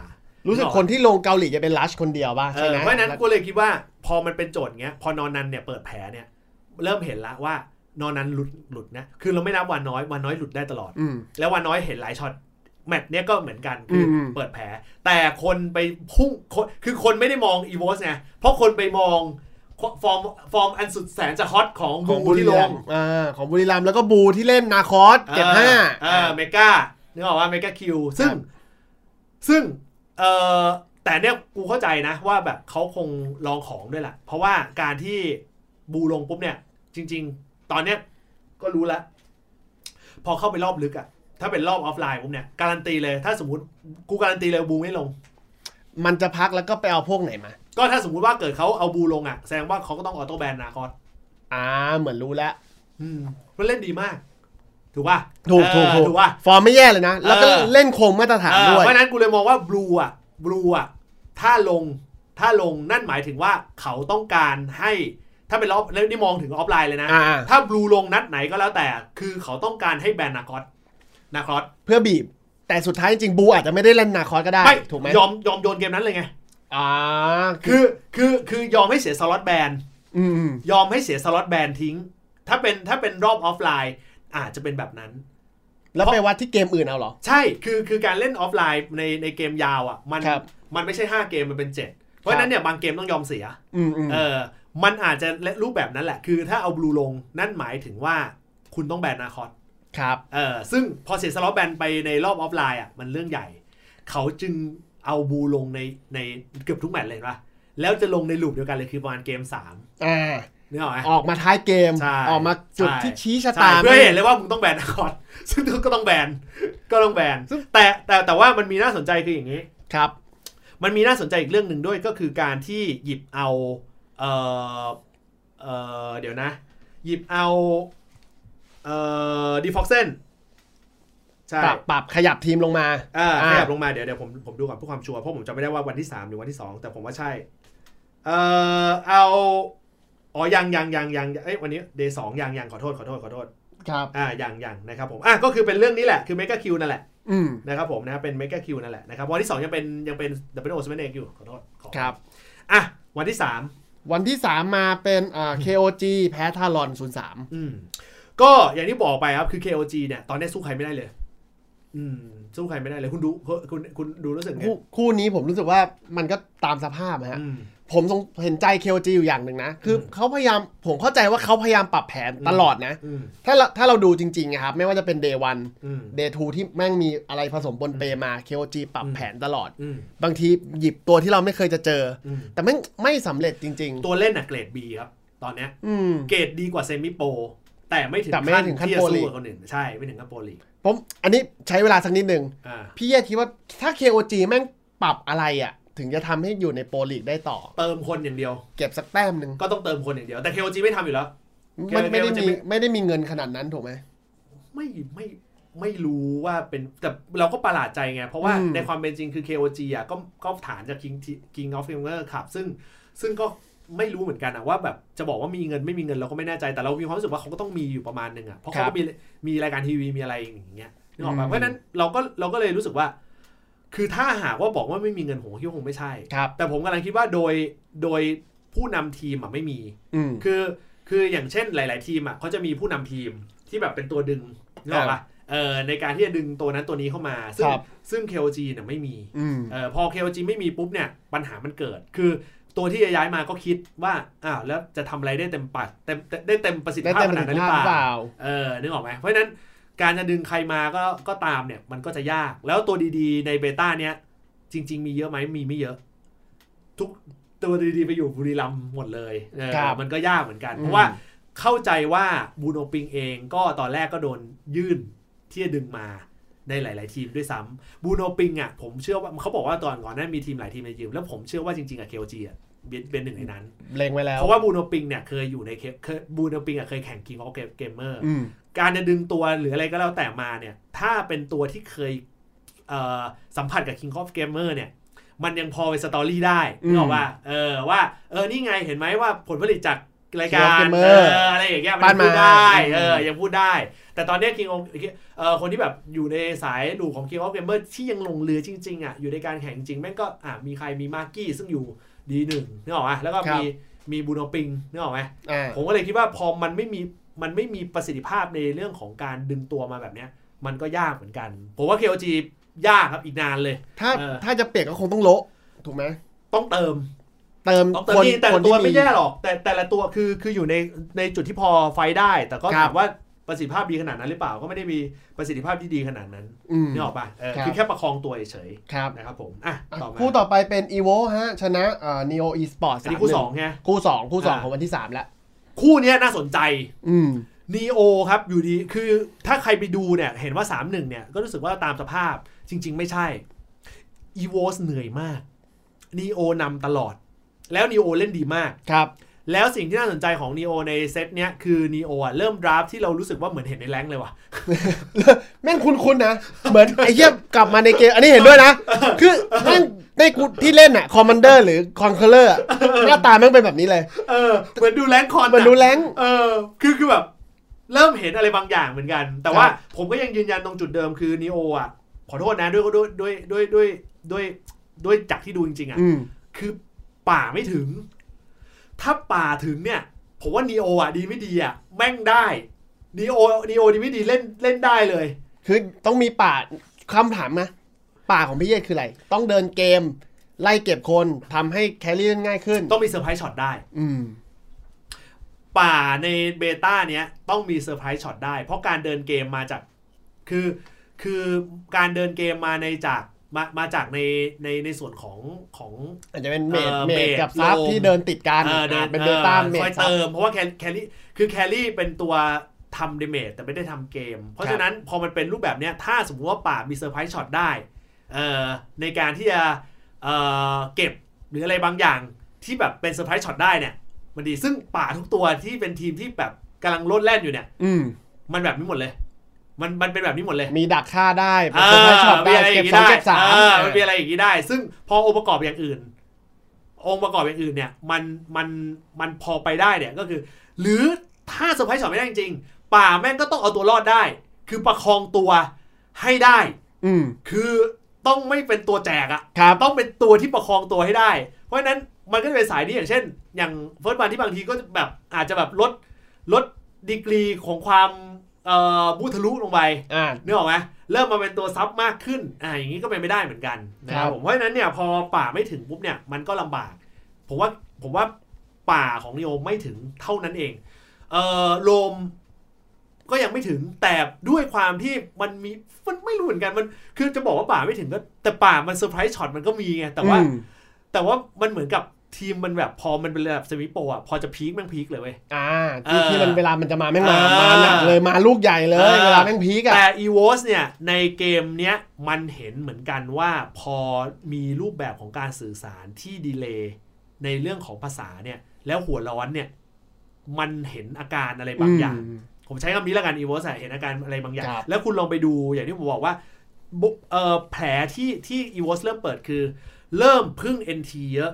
S1: รู้
S2: รู้สึกคนที่ลงเกาหลีจะเป็นลัชคนเดียวป่ะ
S1: เอ
S2: ใช่
S1: อ
S2: ไหม
S1: เพราะฉะนั้นกูเลยคิดว่า พอมันเป็นโจทย์เงี้ย พอนอนนันเนี่ยเปิดแผลเนี่ย เริ่มเห็นละว่านอนนันหลุดหลุดนะคือเราไม่นับวานน้อยวานน้อยหลุดได้ตลอด
S2: อืม
S1: แล้ววานน้อยเห็นหลายช็อตแมตช์เนี้ยก็เหมือนกันคืออ
S2: ม
S1: เปิดแผล แต่คนไปพุ่งคนคือคนไม่ได้มองอีโวสไงเพราะคนไปมองฟอร์มฟอร์มอันสุดแสนจะฮอตของ
S2: ของ
S1: บู
S2: บุรี
S1: ที่ล
S2: รั
S1: ง
S2: มย์อ่าของบุรีรัมย์แล้วก็บูที่เล่นนาคอสเจ็ดห้า
S1: เออเมกานึกออกว่าเมกาคิวซึ่ง ซึ่งเออ แต่เนี่ยกูเข้าใจนะว่าแบบเขาคงลองของด้วยแหละ เพราะว่าการที่บูลงปุ๊บเนี่ย จริง ๆ ตอนเนี้ยก็รู้แล้ว พอเข้าไปรอบลึกอะถ้าเป็นรอบออฟไลน์ปุ๊บเนี่ยการันตีเลย ถ้าสมมติกูการันตีเลยบูไม่ลง
S2: มันจะพักแล้วก็ไปเอาพวกไหนมา
S1: ก็ถ้าสมมติว่าเกิดเขาเอาบูลงอะแสดงว่าเขาก็ต้องออโต้แบนนาคอน
S2: อ่า เหมือนรู้แล้ว
S1: อืมมันเล่นดีมาก ถูกป่ะ
S2: ถูกถูก
S1: เออ
S2: ถูก
S1: ถูกป่ะ
S2: ฟอร์มไม่แย่เลยนะ แล้วก็
S1: เออ
S2: เล่นโครงมาตรฐาน
S1: เออ
S2: ด้วย
S1: เพราะฉะนั้นกูเลยมองว่าบลูอ่ะบลูอ่ะถ้าลงถ้าลงนั่นหมายถึงว่าเขาต้องการให้ถ้าเป็นรอบแล้วนี่มองถึงออฟไลน์เลยนะ
S2: อ่า
S1: ถ้าบลูลงนัดไหนก็แล้วแต่ คือเขาต้องการให้แบนนาคอสนาคอส
S2: เพื่อบีบ แต่สุดท้ายจริงๆบูอาจจะไม่ได้เล่นนาคอสก็ได้
S1: ไม่
S2: ถูกไหม
S1: ยอมยอมโยนเกมนั้นเลยไง
S2: อ่าคือ
S1: คือคือคือยอมให้เสียสล็อตแบน
S2: อืม
S1: ยอมให้เสียสล็อตแบนทิ้ง ถ้าเป็นถ้าเป็นรอบออฟไลน์ อาจจะเป็นแบบนั้น
S2: แล้วไปวัดที่เกมอื่นเอาเหรอ
S1: ใช่ คือ คือการเล่นออฟไลน์ใน ในเกมยาวอ่ะ มัน
S2: ครับ
S1: มันไม่ใช่ 5 เกม มันเป็น 7 เพราะฉะนั้นเนี่ย บางเกมต้องยอมเสีย
S2: อืมอืม
S1: เออ มันอาจจะและรูปแบบนั้นแหละ คือถ้าเอาบลูลง นั่นหมายถึงว่า คุณต้องแบนนาคอต
S2: ครับ
S1: เออ ซึ่งพอเสียสล็อตแบนไปในรอบออฟไลน์อ่ะ มันเรื่องใหญ่ เขาจึงเอาบลูลงใน ในเกือบทุกแมตช์เลยเห็นปะแล้วจะลงในลูปเดียวกันเลย คือประมาณเกม3
S2: อ่า
S1: นึกออกไหม
S2: ออกมาท้ายเกม
S1: ใช่
S2: ออกมาจุด
S1: ใช่
S2: ที่ชี้ชะ
S1: ใช่
S2: ตา
S1: เพื่อให้เห็นเลยว่ามึงต้องแบนนาคอตซึ่งก็ต้องแบน ก็ต้องแบน
S2: ซึ่ง
S1: แต่ แต่ แต่ว่ามันมีน่าสนใจคืออย่างนี้
S2: ครับ
S1: มันมีน่าสนใจอีกเรื่องหนึ่งด้วยก็คือการที่หยิบเอา เออเออเดี๋ยวนะ หยิบเอา เออดีฟ็อกเซนใช่
S2: ปรับปรับขยับทีมลงมา
S1: อ่า
S2: อ่า
S1: ขยับลงมาเดี๋ยวเดี๋ยวผมผมดูก่อนเพื่อความชัวร์เพราะผมจำไม่ได้ว่าวันที่ 3 หรือวันที่ 2 แต่ผมว่าใช่ เออเอา อ๋อ ยังยังยังยังเอ้ยวันนี้เดย์สองยังยังขอโทษขอโทษขอโทษ
S2: ครับ
S1: อ่ายังยังนะครับผมอ่ะก็คือเป็นเรื่องนี้แหละคือเมก a คิวนั่นแหละ
S2: อืม
S1: นะครับผมนะเป็นเมก a คิวนั่นแหละนะครับวันที่สองยังเป็นยังเป็นดับเบิลโอสเมนเองอยู่ขอโทษขอ
S2: ครับ
S1: อ่ะ วันที่สาม
S2: วันที่ 3 มาเป็นอ่า KOG แพ้ทารอน 03
S1: อืม ก็อย่างที่บอกไปครับ คือ KOG เนี่ย ตอนนี้สู้ใครไม่ได้เลย อืม สู้ใครไม่ได้เลย คุณดูคุณคุณคุณดูรู้สึกไง
S2: คู่คู่นี้ผมรู้สึกว่ามันก็ตามสภาพนะฮะ
S1: อืม
S2: ผมสงเห็นใจ KOG อยู่อย่างหนึ่งนะ คืออ
S1: ม
S2: เขาพยายาม ผมเข้าใจว่าเขาพยายามปรับแผนตลอดนะ
S1: อืม
S2: ถ้าเราถ้าเราดูจริงๆนะครับ ไม่ว่าจะเป็น Day 1
S1: อืม
S2: Day 2 ที่แม่งมีอะไรผสมบนเปมา KOG ปรับแผนตลอด
S1: อืม
S2: บางทีหยิบตัวที่เราไม่เคยจะเจอ
S1: อืม
S2: แต่แม่งไม่สำเร็จจริง
S1: ตัวเล่นอะเกรด B ครับ ตอนเนี้ย
S2: ๆ อืม
S1: เกรดดีกว่าเซมิโปรแต่ไม่ถึง
S2: แต่ไม่ถึงขั้น
S1: ที่จะ
S2: โปรลี
S1: สู้
S2: ก
S1: กับคนอื่นใช่ ไม่ถึงขั้นโปรลีก
S2: ผมอันนี้ใช้เวลาสักนิดหนึ่ง
S1: อ่า
S2: พี่เย่คิดว่าถ้า KOG แม่งปรับอะไรอ่ะ ถึงจะทำให้อยู่ในโปรลีกได้ต่อ
S1: เติมคนอย่างเดียว
S2: เก็บสักแต้มหนึ่ง
S1: ก็ต้องเติมคนอย่างเดียว แต่ KOG ไม่ทำอยู่แล้ว
S2: มัน
S1: KOG
S2: ไม่ได้มี
S1: มันจะไม่
S2: ไม่ได้มีเงินขนาดนั้นถูกไหม
S1: ไม่ไม่ไม่รู้ว่าเป็นแต่เราก็ประหลาดใจไง เพราะว่า
S2: อืม
S1: ในความเป็นจริงคือ KOG อ่ะก็ก็ฐานจาก King T- King of Finger ครับ ซึ่งซึ่งก็ไม่รู้เหมือนกันอะว่าแบบจะบอกว่ามีเงินไม่มีเงินเราก็ไม่แน่ใจแต่เรามีความรู้สึกว่าเขาก็ต้องมีอยู่ประมาณหนึงอะเพราะเขาก็มีมีรายการทีวีมีอะไรอย่างเงี้ยนึกออกปะเพราะฉะนั้นเราก็เราก็เลยรู้สึกว่า คือถ้าหากว่าบอกว่าไม่มีเงินผมก็คิดว่าคงไม่ใช่
S2: ครับ
S1: แต่ผมกำลังคิดว่าโดยโดยผู้นำทีมอะไม่มี
S2: อืม
S1: คือคืออย่างเช่นหลาย ๆ ทีมอ่ะเขาจะมีผู้นำทีมที่แบบเป็นตัวดึงนึกออกปะเออในการที่จะดึงตัวนั้นตัวนี้เข้ามา ซึ่ง
S2: ครับ
S1: ซึ่ง KOG เนี่ยไม่มี
S2: อืม
S1: เออพอ KOG ไม่มีปุ๊บเนี่ยปัญหามันเกิด คือตัวที่จะย้ายมาก็คิดว่าอ้าวแล้วจะทำอะไรได้เต็มปัดเต็มได้เต็มประสิทธิ
S2: ได้
S1: ภาพ
S2: เต็
S1: ข
S2: มป
S1: นาด
S2: ระสิ
S1: นั้นห
S2: ท
S1: รือ
S2: ธิภาพหรือ
S1: เป
S2: เป
S1: ล่า
S2: ล่า
S1: เออนึกออกไหมเพราะฉะนั้นการจะดึงใครมาก็ก็ตามเนี่ยมันก็จะยากแล้วตัวดี ๆ ในเบต้าเนี่ยจริง ๆ มีเยอะไหมมีไม่เยอะ ทุกตัวดี ๆ ไปอยู่บุรีรัมย์หมดเลยเออ
S2: ครับ
S1: มันก็ยากเหมือนกันเพราะว่า เข้าใจว่าบูโนปิงเองก็ตอนแรกก็โดนยื่นที่จะดึงมาในหลาย ๆ ทีมด้วยซ้ำบูโนปิงอ่ะผมเชื่อว่าเขาบอกว่าตอนก่อนหนั้นมีทีมหลายทีมในยืมแล้วผมเชื่อว่าจริง ๆ อ่ะเคโอจีอ่ะเป็นเป็นหนึ่งในนั้น
S2: เล็งไว้แล้ว
S1: เพราะว่าบูโนปิงเนี่ยเคยอยู่ในเคเคยบูโนปิงอ่ะเคยแข่งกิงออฟเกมเมอร์
S2: อืม
S1: การจะดึงตัวหรืออะไรก็แล้วแต่มาเนี่ย ถ้าเป็นตัวที่เคยเอ่อสัมผัสกับ King of Gamer เนี่ย มันยังพอเป็นสตอรี่ได้นึกออกว่าเออว่าเออนี่ไงเห็นไหมว่าผลผลิตจากรายการ
S2: King of
S1: เอ
S2: Gamer
S1: อ อะไรอย่างเงี้ยมั
S2: บ้าน น
S1: พู
S2: มา
S1: ดได้เออ
S2: ม
S1: ยังพูดได้ แต่ตอนเนี้ย King of เอ่อคนที่แบบอยู่ในสายดูของ King of Gamer ที่ยังลงเรือจริง ๆ อ่ะ อยู่ในการแข่งจริงแม่งก็อ่ะมีใครมีมากกี้ซึ่งอยู่ดีหนึ่งนึกออกไหมแล้วก็มีมีบูโนปิงนึกออกไหม
S2: อ่า
S1: ผมก็เลยคิดว่าพอมันไม่มีมันไม่มีประสิทธิภาพในเรื่องของการดึงตัวมาแบบเนี้ย มันก็ยากเหมือนกัน ผมว่า KOG ยากครับอีกนานเลย
S2: ถ้า
S1: เออ
S2: ถ้าจะเปลี่ยนก็คงต้องโละถูกไหม
S1: ต้องเติม
S2: เติม
S1: ต้องเติม
S2: คน
S1: นี่แต่
S2: ค
S1: ละ
S2: น
S1: ตั
S2: ที่
S1: ว
S2: มี
S1: ไม่แย่หรอก แต่แต่ละตัวคือคืออยู่ในในจุดที่พอไฟได้ แต่ก็
S2: ครั
S1: ถา
S2: บ
S1: มว่า ประสิทธิภาพดีขนาดนั้นหรือเปล่าก็ไม่ได้มีประสิทธิภาพที่ดีขนาดนั้น
S2: อืม
S1: นี่ออกป่ะเออ
S2: ครับ
S1: คือแค่ประคองตัวเฉย
S2: ครับ
S1: ๆนะครับผมอ่ะต่อมา
S2: คู่ต่อไปเป็น evo ฮะ ชนะเอ่อ neo esports
S1: อันนี้คู่
S2: 3-1
S1: สองไง
S2: คู่สองคู่สอง
S1: อ่า
S2: ของวันที่สามแล้ว
S1: คู่เนี้ยน่าสนใจ
S2: อืม
S1: นีโอครับอยู่ดีคือถ้าใครไปดูเนี่ย เห็นว่า 3 1 เนี่ย ก็รู้สึกว่าตามสภาพจริง ๆ ไม่ใช่อีโวสเหนื่อยมากนีโอนำตลอด แล้วนีโอเล่นดีมาก
S2: ครับ
S1: แล้วสิ่งที่น่าสนใจของนีโอในเซตเนี้ยคือนีโอะเริ่มดราฟที่เรารู้สึกว่าเหมือนเห็นในแรงค์เลยว่ะ
S2: แม่ง คุ้นๆนะ เหมือนไอ้เหี้ยกลับมาในเกม อันนี้เห็นด้วยนะ คือแม่งในกูที่เล่นอะคอมมานเดอร์หรือคอนเคอร์เลอร์หน้าตาแม่งเป็นแบบนี้เลย
S1: เออเหมือนดูแรงค์คอนอะ
S2: เหมือนรู้แรงค์
S1: เออคือคือแบบเริ่มเห็นอะไรบางอย่างเหมือนกัน แต่ว่า
S2: ครับ
S1: ผมก็ยังยืนยันตรงจุดเดิมคือนีโออ่ะขอโทษนะด้วยด้วยด้วยด้วยด้วยด้วยด้วยจากที่ดูจริงๆอ่ะ
S2: อืม
S1: คือป่าไม่ถึง ถ้าป่าถึงเนี่ย ผมว่านีโออ่ะดีไม่ดีอ่ะ แม่งได้นีโอนีโอดีไม่ดีเล่นเล่นได้เลย
S2: คือต้องมีป่าคำถามนะป่าของพี่เยศคืออะไร ต้องเดินเกม ไล่เก็บคนทำให้แครี่เล่นง่ายขึ้น
S1: ต้องมีเซอร์ไพรส์ช็อตได้
S2: อืม
S1: ป่าในเบต้าเนี้ยต้องมีเซอร์ไพรส์ช็อตได้ เพราะการเดินเกมมาจาก คือคือการเดินเกมมาในจากมามาจากในในในส่วนของของ
S2: อาจจะเป็นเมด
S1: เอ่อ
S2: เม
S1: เม
S2: ด
S1: จ
S2: กับซับ
S1: โลม
S2: ที่เดินติดกัน
S1: อ่อดิ
S2: อาจเป็นเดต้าเม
S1: ค
S2: ด
S1: อย
S2: ซับ
S1: เติมเพราะว่าแคลแคลรี่คือแคลรี่เป็นตัวทำเดเมจแต่ไม่ได้ทำเกม เพราะฉะนั้นพอมันเป็นรูปแบบเนี้ยถ้าสมมติว่าป่ามีเซอร์ไพรส์ช็อตได้เอ่อในการที่จะเอ่อเก็บหรืออะไรบางอย่างที่แบบเป็นเซอร์ไพรส์ช็อตได้เนี่ยมันดีซึ่งป่าทุกตัวที่เป็นทีมที่แบบกำลังโลดแล่นอยู่เนี่ย
S2: อืม
S1: มันแบบนี้หมดเลย มันมันเป็นแบบนี้หมดเลย
S2: มีดักฆ่าได้
S1: เอ
S2: เป็นคน
S1: อ
S2: ไช็อต
S1: มี
S2: ได้
S1: อะไรอ
S2: เก็
S1: ย่าง
S2: บ
S1: นี้
S2: สอง
S1: ได้
S2: เก็บสาม
S1: เออมันมี
S2: เออ
S1: อะไรอย่างนี้ได้ ซึ่งพอองค์ประกอบอย่างอื่น องค์ประกอบอย่างอื่นเนี่ย มันมันมันพอไปได้เนี่ยก็คือ หรือถ้าเซอร์ไพรส์ช็อตไม่ได้จริงๆป่าแม่งก็ต้องเอาตัวรอดได้ คือประคองตัวให้ได้
S2: อืม
S1: คือต้องไม่เป็นตัวแจกอะ
S2: ครับ
S1: ต้องเป็นตัวที่ประคองตัวให้ได้ เพราะฉะนั้นมันก็จะเป็นสายนี้อย่างเช่น อย่างเฟิร์สบันที่บางทีก็แบบอาจจะแบบลดลดดีกรีของความเอ่อบูทะลุลงไป
S2: อ่า
S1: นึกออกไหมเริ่มมาเป็นตัวซับมากขึ้น อ่า อย่างนี้ก็เป็นไม่ได้เหมือนกันนะค
S2: ครั
S1: รับบ ผมเพราะฉะนั้นเนี่ยพอป่าไม่ถึงปุ๊บเนี่ยมันก็ลำบาก ผมว่าผมว่าป่าของนิโอไม่ถึงเท่านั้นเอง เอ่อโรมก็ยังไม่ถึงแต่ด้วยความที่มันมีมันไม่รู้เหมือนกันมันคือจะบอกว่าป่าไม่ถึงก็แต่ป่ามันเซอร์ไพรส์ช็อตมันก็มีไงแต่ว่า
S2: อืม
S1: แต่ว่ามันเหมือนกับทีมมันแบบพอมันเป็นระดับเซมิโปรอ่ะพอจะพีคแม่งพีคเลยเว้ย
S2: อ่าที่
S1: เออ
S2: ที่มันเวลามันจะมาแม่งมา
S1: เออ
S2: มาหนักเลยมาลูกใหญ่เลย
S1: เออ
S2: เวลาแม่งพีกอะ
S1: แต่ EVOS เนี่ย ในเกมเนี้ยมันเห็นเหมือนกันว่าพอมีรูปแบบของการสื่อสารที่ดีเลย์ในเรื่องของภาษาเนี่ย แล้วหัวร้อนเนี่ย มันเห็นอาการอะไรบางอย่าง
S2: ม
S1: ผมใช้คำนี้แล้วกัน EVOS อะเห็นอาการอะไรบางอย่าง
S2: ครับ
S1: แล้วคุณลองไปดูอย่างที่ผมบอกว่าบุเอ่อแผลที่ที่ EVOS เริ่มเปิดคือ เริ่มพึ่ง NT เยอะ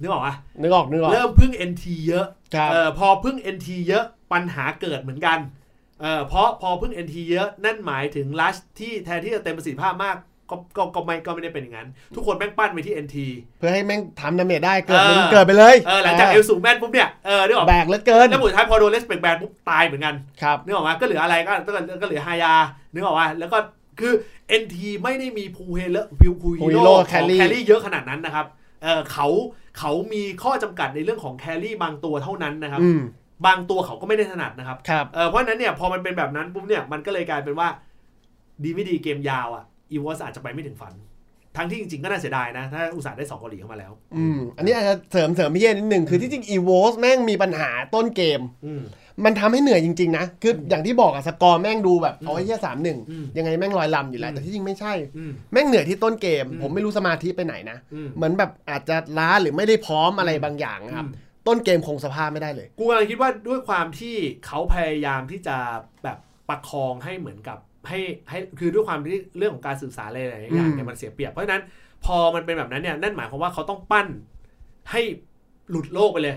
S1: นึกออกปะ
S2: นึกออกนึกออก
S1: เริ่มพึ่ง NT เยอะ
S2: ครับ
S1: เออพอพึ่ง NT เยอะปัญหาเกิดเหมือนกันเออเพราะพอพึ่ง NT เยอะนั่นหมายถึงลัชที่แทนที่จะเต็มประสิทธิภาพมากก็ก็ก็ไม่ก็ไม่ได้เป็นอย่างนั้น ทุกคนแม่งปั้นไปที่ NT
S2: เพื่อให้แม่งทำดาเมจได้เกิด
S1: เออ
S2: มันเกิดไปเลย
S1: เออหลังจากเอลสูงแม่นปุ๊บเนี่ยเออนึกออก
S2: แบกเหลือเกิน
S1: แล้วผลท้ายพอโดนเลสเปกแบนปุ๊บตายเหมือนกัน
S2: ครับ
S1: นึกออกมาก็เหลืออะไรก็ก็ก็เหลือฮายานึกออกมาแล้วก็คือ NT ไม่ได้มีพูเฮเลอร์พิวพู
S2: พูฮิ
S1: ฮิ
S2: โร่
S1: โร่ของแค
S2: carry
S1: ลรี่เยอะขนาดนั้นนะครับเออเขาเขามีข้อจำกัดในเรื่องของแคลรี่บางตัวเท่านั้นนะครับ
S2: อืม
S1: บางตัวเขาก็ไม่ได้ถนัดนะครับ
S2: ครับ
S1: เออเพราะฉะนั้นเนี่ยพอมันเป็นแบบนั้นปุ๊บเนี่ยมันก็เลยกลายเป็นว่า ดีไม่ดีเกมยาวอ่ะอีวอสอาจจะไปไม่ถึงฝัน ทั้งที่จริงๆก็น่าเสียดายนะ ถ้าอุตส่าห์ได้สองเกาหลีเข้ามาแล้ว
S2: อืมอันนี้อาจจะเสริมเสริมพี่เย่นิดหนึ่งคือที่จริงอีโวสแม่งมีปัญหาต้นเกม
S1: อืม
S2: มันทำให้เหนื่อยจริง ๆ นะ คืออย่างที่บอกอะสกอร์แม่งดูแบบเอาไอ้เหี้ยสามหนึ่ง
S1: อืม
S2: ยังไงแม่งลอยลำอยู่แล้
S1: อื
S2: ว
S1: ม
S2: แต่ที่จริงไม่ใช่
S1: อืม
S2: แม่งเหนื่อยที่ต้นเกม
S1: อืม
S2: ผมไม่รู้สมาธิไปไหนนะ
S1: อืม
S2: เหมือนแบบอาจจะล้าหรือไม่ได้พร้อมอะไรบางอย่างนะครับ
S1: อืม
S2: ต้นเกมคงสภาพไม่ได้เลย
S1: กูกำลังคิดว่าด้วยความที่เขาพยายามที่จะแบบประคองให้เหมือนกับให้ให้คือด้วยความที่เรื่องของการสื่อสารอะไรหลายๆอย่างเนี่
S2: อื
S1: ย
S2: ม
S1: มันเสียเปรียบเพราะฉะนั้นพอมันเป็นแบบนั้นเนี่ยนั่นหมายความว่าเขาต้องปั้นให้หลุดโลกไปเลย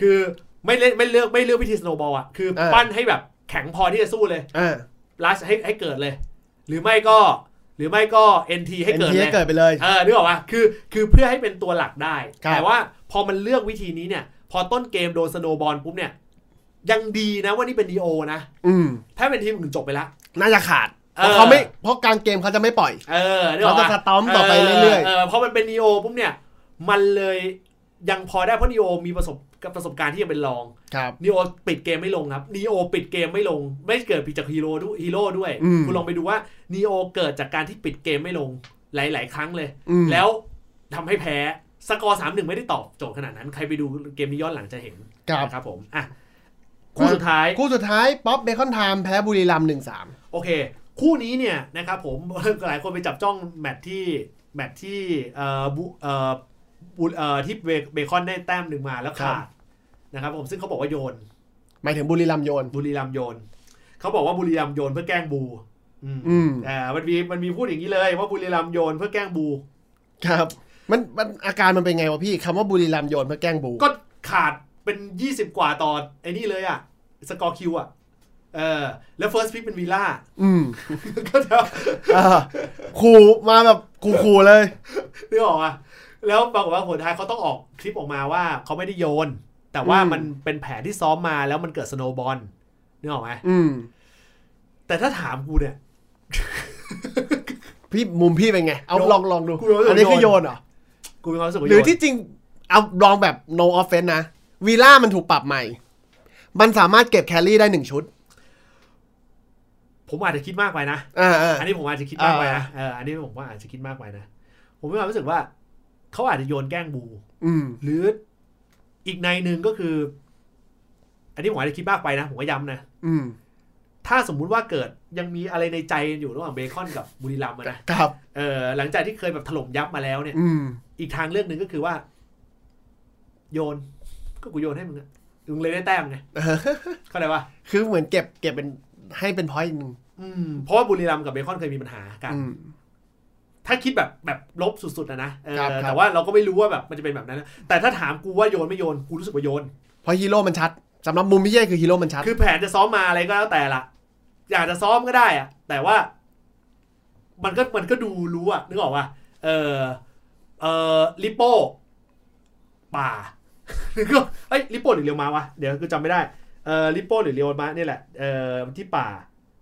S1: คือไม่เล่นไม่เลือกไม่เลือกวิธีสโนว์บอลอ่ะคือปั้นให้แบบแข็งพอที่จะสู้เลย
S2: อ่า
S1: ลัชให้ให้เกิดเลย หรือไม่ก็หรือไม่ก็ NT ให้เกิด
S2: ที
S1: เลย
S2: ให้เกิดไปเลย
S1: เออนึกออกปะคือคือเพื่อให้เป็นตัวหลักได้
S2: ครับ
S1: แต่ว่าพอมันเลือกวิธีนี้เนี่ย พอต้นเกมโดนสโนว์บอลปุ๊บเนี่ย ยังดีนะว่านี่เป็นดีโอนะ
S2: อืม
S1: ถ้าเป็นทีมอื่นจบไปละ
S2: น่าจะขาด
S1: เออ
S2: เพราะเขาไม่เพราะกลางเกมเขาจะไม่ปล่อย
S1: เออนึกออกปะ
S2: เขาจะสตอมต่อไปเรื่อยๆ
S1: เออเพราะมันเป็นดีโอปุ๊บเนี่ย มันเลยยังพอได้เพราะดีโอมีประสบ กับประสบการณ์ที่ยังเป็นรอง
S2: ครับ
S1: นีโอปิดเกมไม่ลงครับนีโอปิดเกมไม่ลง ไม่เกิดผิดจากฮีโร่ด้วยฮีโร่ด้วย
S2: อืม
S1: คุณลองไปดูว่านีโอเกิดจากการที่ปิดเกมไม่ลงหลาย ๆ ครั้งเลย
S2: อืม
S1: แล้วทำให้แพ้สกอร์สามหนึ่งไม่ได้ตอบโจทย์ขนาดนั้น ใครไปดูเกมนี้ย้อนหลังจะเห็น
S2: ครับ
S1: นะครับผมอ่ะคู่สุดท้าย
S2: คู่สุดท้ายป๊อปเบคอนไทม์แพ้บุรีรัมย์หนึ่งสาม
S1: โอเค คู่นี้เนี่ยนะครับผม หลายคนไปจับจ้องแมตช์ที่แมตช์ที่เอ่อบุเอ่อบุเอ่อที่เบเบคอนได้แต้มหนึ่งมาแล้วขา
S2: ครั
S1: ด
S2: บ
S1: นะครับผมซึ่งเขาบอกว่าโยน
S2: หมายถึงบุรีรัมย์โยน
S1: บุรีรัมย์โยน เขาบอกว่าบุรีรัมย์โยนเพื่อแกล้งบูอืม
S2: อืม
S1: อ่ามันมีมันมีพูดอย่างนี้เลยว่าบุรีรัมย์โยนเพื่อแกล้งบู
S2: ครับ มันมันอาการมันเป็นไงวะพี่คำว่าบุรีรัมย์โยนเพื่อแกล้งบู
S1: ก็ขาดเป็น 20 กว่าตอนไอ้นี่เลยอะสกอร์คิวอะเออแล้วเฟิร์สพิกเป็นวีล่า
S2: อืม
S1: ก็จะ
S2: อ่าขู่มาแบบขู่ๆเลย
S1: นึกออกอ่ะแล้วปรากฏว่าผลท้ายเขาต้องออกคลิปออกมาว่าเขาไม่ได้โยน แต่ว่า
S2: อืม
S1: มันเป็นแผนที่ซ้อมมาแล้วมันเกิดสโนว์บอลนึกออกไหม
S2: อืม
S1: แต่ถ้าถามกูเนี่ย
S2: พี่มุมพี่เป็นไง เอา
S1: โยน
S2: ลองลองดู
S1: กูโยน
S2: อันนี้คือโยนเหรอ
S1: กูมีความรู้สึกว่า
S2: หรือ
S1: โยน
S2: ที่จริง เอาลองแบบ no offense นะวีล่ามันถูกปรับใหม่ มันสามารถเก็บแคลรี่ได้หนึ่งชุด
S1: ผมอาจจะคิดมากไปนะ
S2: อ่าอ่า
S1: อันนี้ผมอาจจะคิดมากไปนะเอออันนี้ผมว่าอาจจะคิดมากไปนะผมมีความรู้สึกว่าเขาอาจจะโยนแกล้งบู
S2: อืม
S1: หรืออีกในหนึ่งก็คือ อันนี้ผมอาจจะคิดมากไปนะผมก็ย้ำนะ
S2: อืม
S1: ถ้าสมมุติว่าเกิดยังมีอะไรในใจอยู่ระหว่างเบคอนกับบุรีรัมย์อะนะครับ เออหลังจากที่เคยแบบถล่มยับมาแล้วเนี่ย
S2: อืม
S1: อีกทางเลือกหนึ่งก็คือว่า โยน ก็กูโยนให้มึงอะมึงเลยได้แต้มไง เข้าใจปะ
S2: คือเหมือนเก็บเก็บเป็นให้เป็นพอยต์หนึ่ง
S1: อืมเพราะว่าบุรีรัมย์กับเบคอนเคยมีปัญหากัน
S2: อืม
S1: ถ้าคิดแบบแบบลบสุดๆนะนะเออ
S2: ครับครับ
S1: แต่ว่าเราก็ไม่รู้ว่าแบบมันจะเป็นแบบนั้นนะแต่ถ้าถามกูว่าโยนไม่โยนกูรู้สึกว่าโยน
S2: เพราะฮีโร่มันชัดสำหรับมุมพี่เย่คือฮีโร่มันชัด
S1: คือแผนจะซ้อมมาอะไรก็แล้วแต่ละอยากจะซ้อมก็ได้อะแต่ว่า มันก็มันก็ดูรู้อะนึกออกปะเออเออลิปโป้ป่า ก็เอ้ยลิปโป้หรือเรียวมาวะเดี๋ยวคือจำไม่ได้เออลิปโป้หรือเรียวมาเนี่ยแหละเออที่ป่า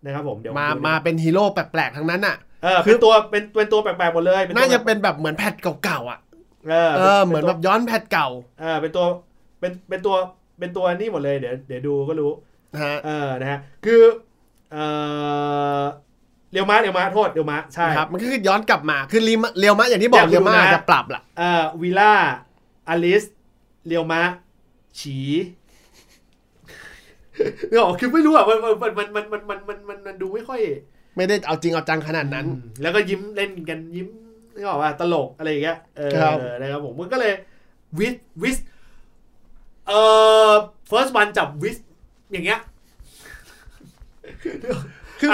S1: นะครับผมเดี๋ยว
S2: มา
S1: ดู
S2: มาเป็นฮีโร่แปลกๆทั้งนั้นอ่ะ
S1: เออเป็นตัวเป็นเป็นตัวแปลกๆหมดเลยตัว
S2: น่าจะเป็นแบบเหมือนแพทเก่าๆอ่ะ
S1: เออ
S2: เอ
S1: ป็
S2: อ เหมือน
S1: ป็ตัว
S2: แบบย้อนแพทเก่า
S1: เออเป็นตัวเป็นเป็นตัวเป็นตัวนี่หมดเลยเดี๋ยวเดี๋ยวดูก็รู้
S2: นะฮะ
S1: เออ นะฮะ คือ เออเรียวมะเรียวมะโทษเรียวมะใช่
S2: นะครับมันก็คือย้อนกลับมาคือริมเรียวมะอย่างที่บอ
S1: อก ยากดู
S2: เรียวมะ
S1: นะ
S2: อาจจะปรับล่ะ
S1: เออวิล่าอลิส เรียวมะ ฉี เนี่ยออกคือไม่รู้อ่ะ มันมันมันมันมันมันมันมันมันดูไม่ค่อย
S2: ไม่ได้เอาจริงเอาจังขนาดนั้น
S1: อืมแล้วก็ยิ้มเล่นกันยิ้มนึกออกว่าตลกอะไรอย่างเงี้ย เออ
S2: ครับ
S1: นะครับผมมันก็เลยวิสวิสเอ่อ first one จับวิสอย่างเงี้ย
S2: คือ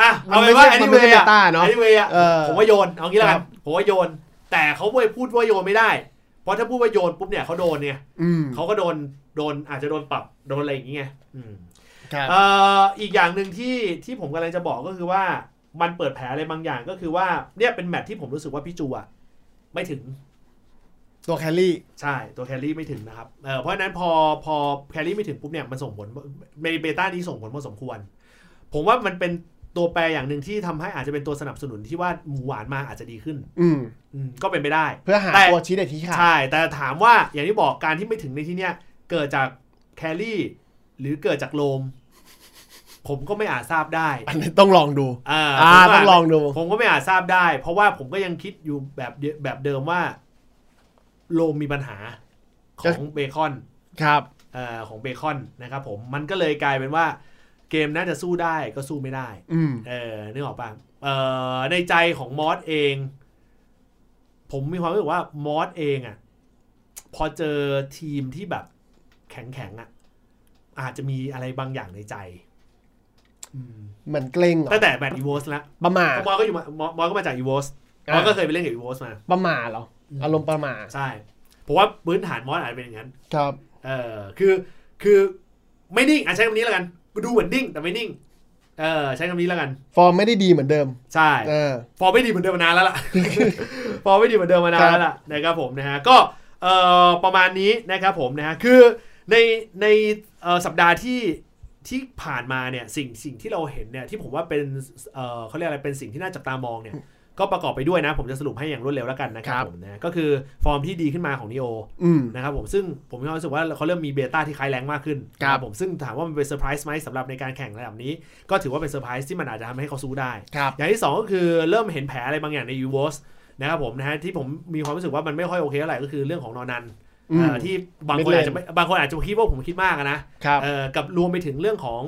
S1: อ่ะอ่ะ
S2: ไม่มัน
S1: เอา
S2: ไม่
S1: เป็นว่า
S2: ใช่
S1: อัน
S2: มัน
S1: นี้เว
S2: ไม่ใช่
S1: ย์อะ
S2: เมตาเนอะ
S1: อันนี้เวย์อะ
S2: เออ
S1: ผมว่าโยนเอางี้ละกั
S2: ครั
S1: น
S2: บ
S1: ผมว่าโยน แต่เขาไม่พูดว่าโยนไม่ได้ เพราะถ้าพูดว่าโยนปุ๊บเนี่ยเขาโดนเนี่ย
S2: อืม
S1: เขาก็โดนโดนอาจจะโดนปรับโดนอะไรอย่างเงี้ยอืม
S2: ครับ
S1: เอ่ออีกอย่างหนึ่งที่ที่ผมกำลังจะบอกก็คือว่ามันเปิดแผลอะไรบางอย่างก็คือว่าเนี่ยเป็นแมตช์ที่ผมรู้สึกว่าพี่จูอะไม่ถึง
S2: ตัวแคลรี่
S1: ใช่ตัวแคลรี่ไม่ถึงนะครับเออเพราะฉะนั้นพอพอแคลรี่ไม่ถึงปุ๊บเนี่ยมันส่งผลในเบต้านี้ส่งผลพอสมควร ผมว่ามันเป็นตัวแปรอย่างหนึ่งที่ทำให้อาจจะเป็นตัวสนับสนุนที่ว่าหมูหวานมาอาจจะดีขึ้น
S2: อืม
S1: อืมก็เป็นไปได้
S2: เพื่อหา
S1: แต่
S2: ตัวชี้เด็ดที่ขาด
S1: ใช่ แต่ถามว่าอย่างที่บอกการที่ไม่ถึงในที่เนี้ยเกิดจากแคลรี่ หรือเกิดจากโลม ผมก็ไม่อาจทราบได้
S2: อันนี้ต้องลองดู
S1: อ่า
S2: อ่า
S1: ผมก็
S2: ต้องลองดู
S1: ผมก็ไม่อาจทราบได้ เพราะว่าผมก็ยังคิดอยู่แบบเดียวแบบเดิมว่า โลมมีปัญหาของเบคอน
S2: ครับ
S1: เอ่อของเบคอนนะครับผมมันก็เลยกลายเป็นว่าเกมน่าจะสู้ได้ก็สู้ไม่ได้
S2: อืม
S1: เออนึกออกปะเออในใจของมอสเอง ผมมีความรู้สึกว่ามอสเองอะ่ะ พอเจอทีมที่แบบแข็งแข็งๆอะ่ะ อาจจะมีอะไรบางอย่างในใจอืม
S2: เหมือนเกรงเหรอ
S1: ตั้งแต่แมตช์อีเวสละ
S2: ประมาท
S1: เพราะมอสก็อยู่มามอสมอสก็มาจากอีเวสมอสก็เคยไปเล่นกับอีเวสมา
S2: ประมาทเหรออ
S1: ม
S2: อารมณ์ประมาท
S1: ใช่ผมว่าพื้นฐานมอสอาจจะเป็นอย่างนั้น
S2: ครับ
S1: เออคือคือไม่นิ่งอ่ะใช้คำนี้แล้วกันดูเหมือนนิ่งแต่ไม่นิ่ง เออใช้คำนี้แล้วกัน
S2: ฟอร์มไม่ได้ดีเหมือนเดิม
S1: ใช่
S2: เออ
S1: ฟอร์มไม่ดีเหมือนเดิมมานานแล้วล่ะ ฟอร์มไม่ดีเหมือนเดิมมานานแล้วล่ะนะครับผมนะฮะก็เออประมาณนี้นะครับผมนะฮะคือในในเอ่อสัปดาห์ที่ที่ผ่านมาเนี่ยสิ่งสิ่งที่เราเห็นเนี่ยที่ผมว่าเป็นเออเขาเรียกอะไรเป็นสิ่งที่น่าจับตามองเนี่ย ก็ประกอบไปด้วยนะ ผมจะสรุปให้อย่างรวดเร็วแล้วกันนะครับ
S2: ครับ
S1: ผมนะก็คือฟอร์มที่ดีขึ้นมาของนีโอ
S2: อืม
S1: นะครับผมซึ่งผมมีความรู้สึกว่าเขาเริ่มมีเบต้าที่คล้ายแรงมากขึ้น
S2: ครับ
S1: ผมซึ่งถามว่ามันเป็นเซอร์ไพรส์ไหมสำหรับในการแข่งระดับนี้ ก็ถือว่าเป็นเซอร์ไพรส์ที่มันอาจจะทำให้เขาสู้ได้
S2: ครับ
S1: อย่างที่ 2 ก็คือเริ่มเห็นแผลอะไรบางอย่างในยูโวสนะครับผมนะฮะที่ผมมีความรู้สึกว่ามันไม่ค่อยโอเคเท่าไหร่ก็คือเรื่องของนอนัน
S2: อืม
S1: เอ่อที่บางคน
S2: ไม่เล่น
S1: อาจจะไม่บางคนอาจจะคิดว่าผมคิดมากอะนะครับ เอ่อกับรวมไปถึงเรื่องของ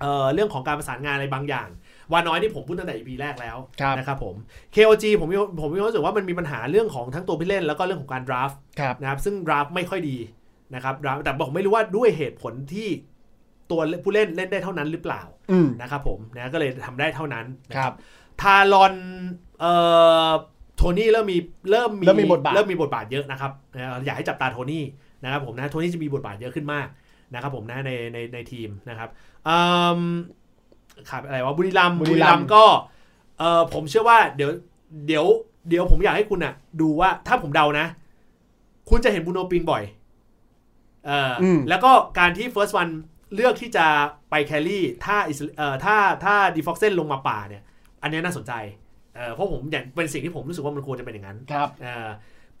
S1: เอ่อเรื่องของการประสานงานอะไรบางอย่างวาน้อยนี่ผมพูดตั้งแต่ EP แรกแล้ว
S2: ครับ
S1: นะครับผม KOG ผมมีผมมีความรู้สึกว่ามันมีปัญหาเรื่องของทั้งตัวผู้เล่นแล้วก็เรื่องของการ draft
S2: ครับ
S1: นะครับซึ่ง draft ไม่ค่อยดีนะครับ draft แต่ผมไม่รู้ว่าด้วยเหตุผลที่ตัวผู้เล่นเล่นได้เท่านั้นหรือเปล่า
S2: อืม
S1: นะครับผมนะก็เลยทำได้เท่านั้นนะครับ ทารอนเอ่อโทนี่เริ่มมีเริ่ม
S2: เริ่มมีบทบาท
S1: เริ่มมีบทบาทเยอะนะครับนะอยากให้จับตาโทนี่นะครับผมนะโทนี่จะมีบทบาทเยอะขึ้นมากนะครับผมนะในในในทีมนะครับอืมขาดอะไรวะบุรีรัมย์
S2: บุ
S1: บุ
S2: รี
S1: รี
S2: รั
S1: รั
S2: ม
S1: ม
S2: ย์
S1: ย์ก็เอ่อผมเชื่อว่าเดี๋ยวเดี๋ยวเดี๋ยวผมอยากให้คุณอะดูว่าถ้าผมเดานะ คุณจะเห็นบูโนปิงบ่อยเอ่ออ
S2: ม
S1: แล้วก็การที่ First One เลือกที่จะไปแครี่ถ้าอิสราเอ่อถ้าถ้าดีฟ็อกเซนลงมาป่าเนี่ย อันเนี้ยน่าสนใจเอ่อเพราะผมอย่างเป็นสิ่งที่ผมรู้สึกว่ามันควรจะเป็นอย่างนั้น
S2: ครับ
S1: เอ่อ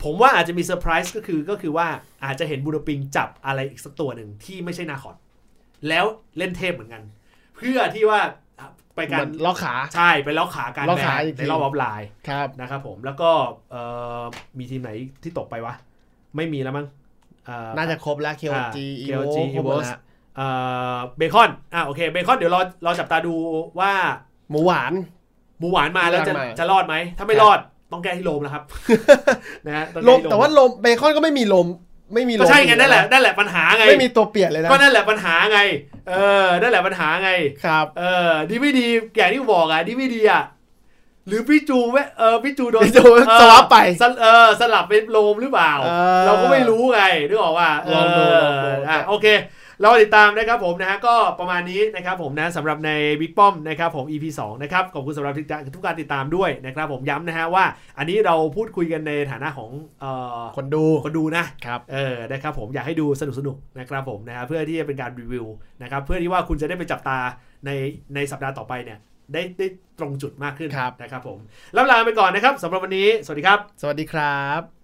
S1: ผมว่าอาจจะมีเซอร์ไพรส์ก็คือก็คือว่าอาจจะเห็นบูโนปิงจับอะไรอีกสักตัวหนึ่งที่ไม่ใช่นาคอดแล้วเล่นเทพเหมือนกัน เพื่อที่ว่าไป
S2: เห
S1: กา
S2: มื
S1: ร
S2: อนล็อกขา
S1: ใช่ไปแล้วขาการ
S2: ล็อก
S1: แบ
S2: ขาน อีกที
S1: ในรอบออฟไลน์
S2: ครับ
S1: นะครับผมแล้วก็เอ่อมีทีมไหนที่ตกไปวะ ไม่มีแล้วมั้งเอ่อ
S2: น่าจะครบแล้ว
S1: อ่า
S2: KOG
S1: KOG
S2: EVO ครบหมด
S1: นะ
S2: แล้ว
S1: ฮะเอ่อเบคอนอ่ะโอเคเบคอนเดี๋ยวรอรอจับตาดูว่า
S2: หมูหวาน
S1: หมูหวานมาแล้วจะ
S2: หมูหวานมา
S1: จะรอดไหม ถ้าไม่รอดต้องแก้ที่โลมนะครับ นะฮะอง
S2: ล
S1: ก้
S2: ม
S1: ที่
S2: แต่ว่าลมเบคอนก็ไม่มีลม ไม่มีลม
S1: ก็ใช่ไงนั่นแหละนั่นแหละปัญหาไง
S2: ไม่มีตัวเปียกเลยนะ
S1: ก็นั่นแหละปัญหาไง เออนั่นแหละปัญหาไง
S2: ครับ
S1: เออดีไม่ดีอย่างที่บอกอ่ะดีไม่ดีอ่ะหรือพี่จูแวะเออพี่จูโดน
S2: พี่จู
S1: เออ
S2: สวาปไป
S1: สเออสลับไปโลมหรือเปล่า
S2: เออ
S1: เราก็ไม่รู้ไงนึกออกว่า
S2: ลองดู
S1: เ
S2: ลองดู
S1: อ่ะโอเค เราติดตามนะครับผมนะฮะก็ประมาณนี้นะครับผมนะสำหรับในบิ๊กป้อมนะครับผม EP 2 นะครับ ขอบคุณสำหรับทุกการติดตามด้วยนะครับผมย้ำนะฮะว่า อันนี้เราพูดคุยกันในฐานะของเอ่อ
S2: คนดู
S1: คนดูนะ
S2: ครับ
S1: เออ นะครับผมอยากให้ดูสนุกๆ นะครับผมนะฮะเพื่อที่จะเป็นการรีวิวนะครับเพื่อที่ว่าคุณจะได้ไปจับตาในในสัปดาห์ต่อไปเนี่ยได้ได้ตรงจุดมากขึ้น
S2: ครับ
S1: นะครับผมแล้วลาไปก่อนนะครับสำหรับวันนี้ สวัสดีครับ
S2: สวัสดีครับ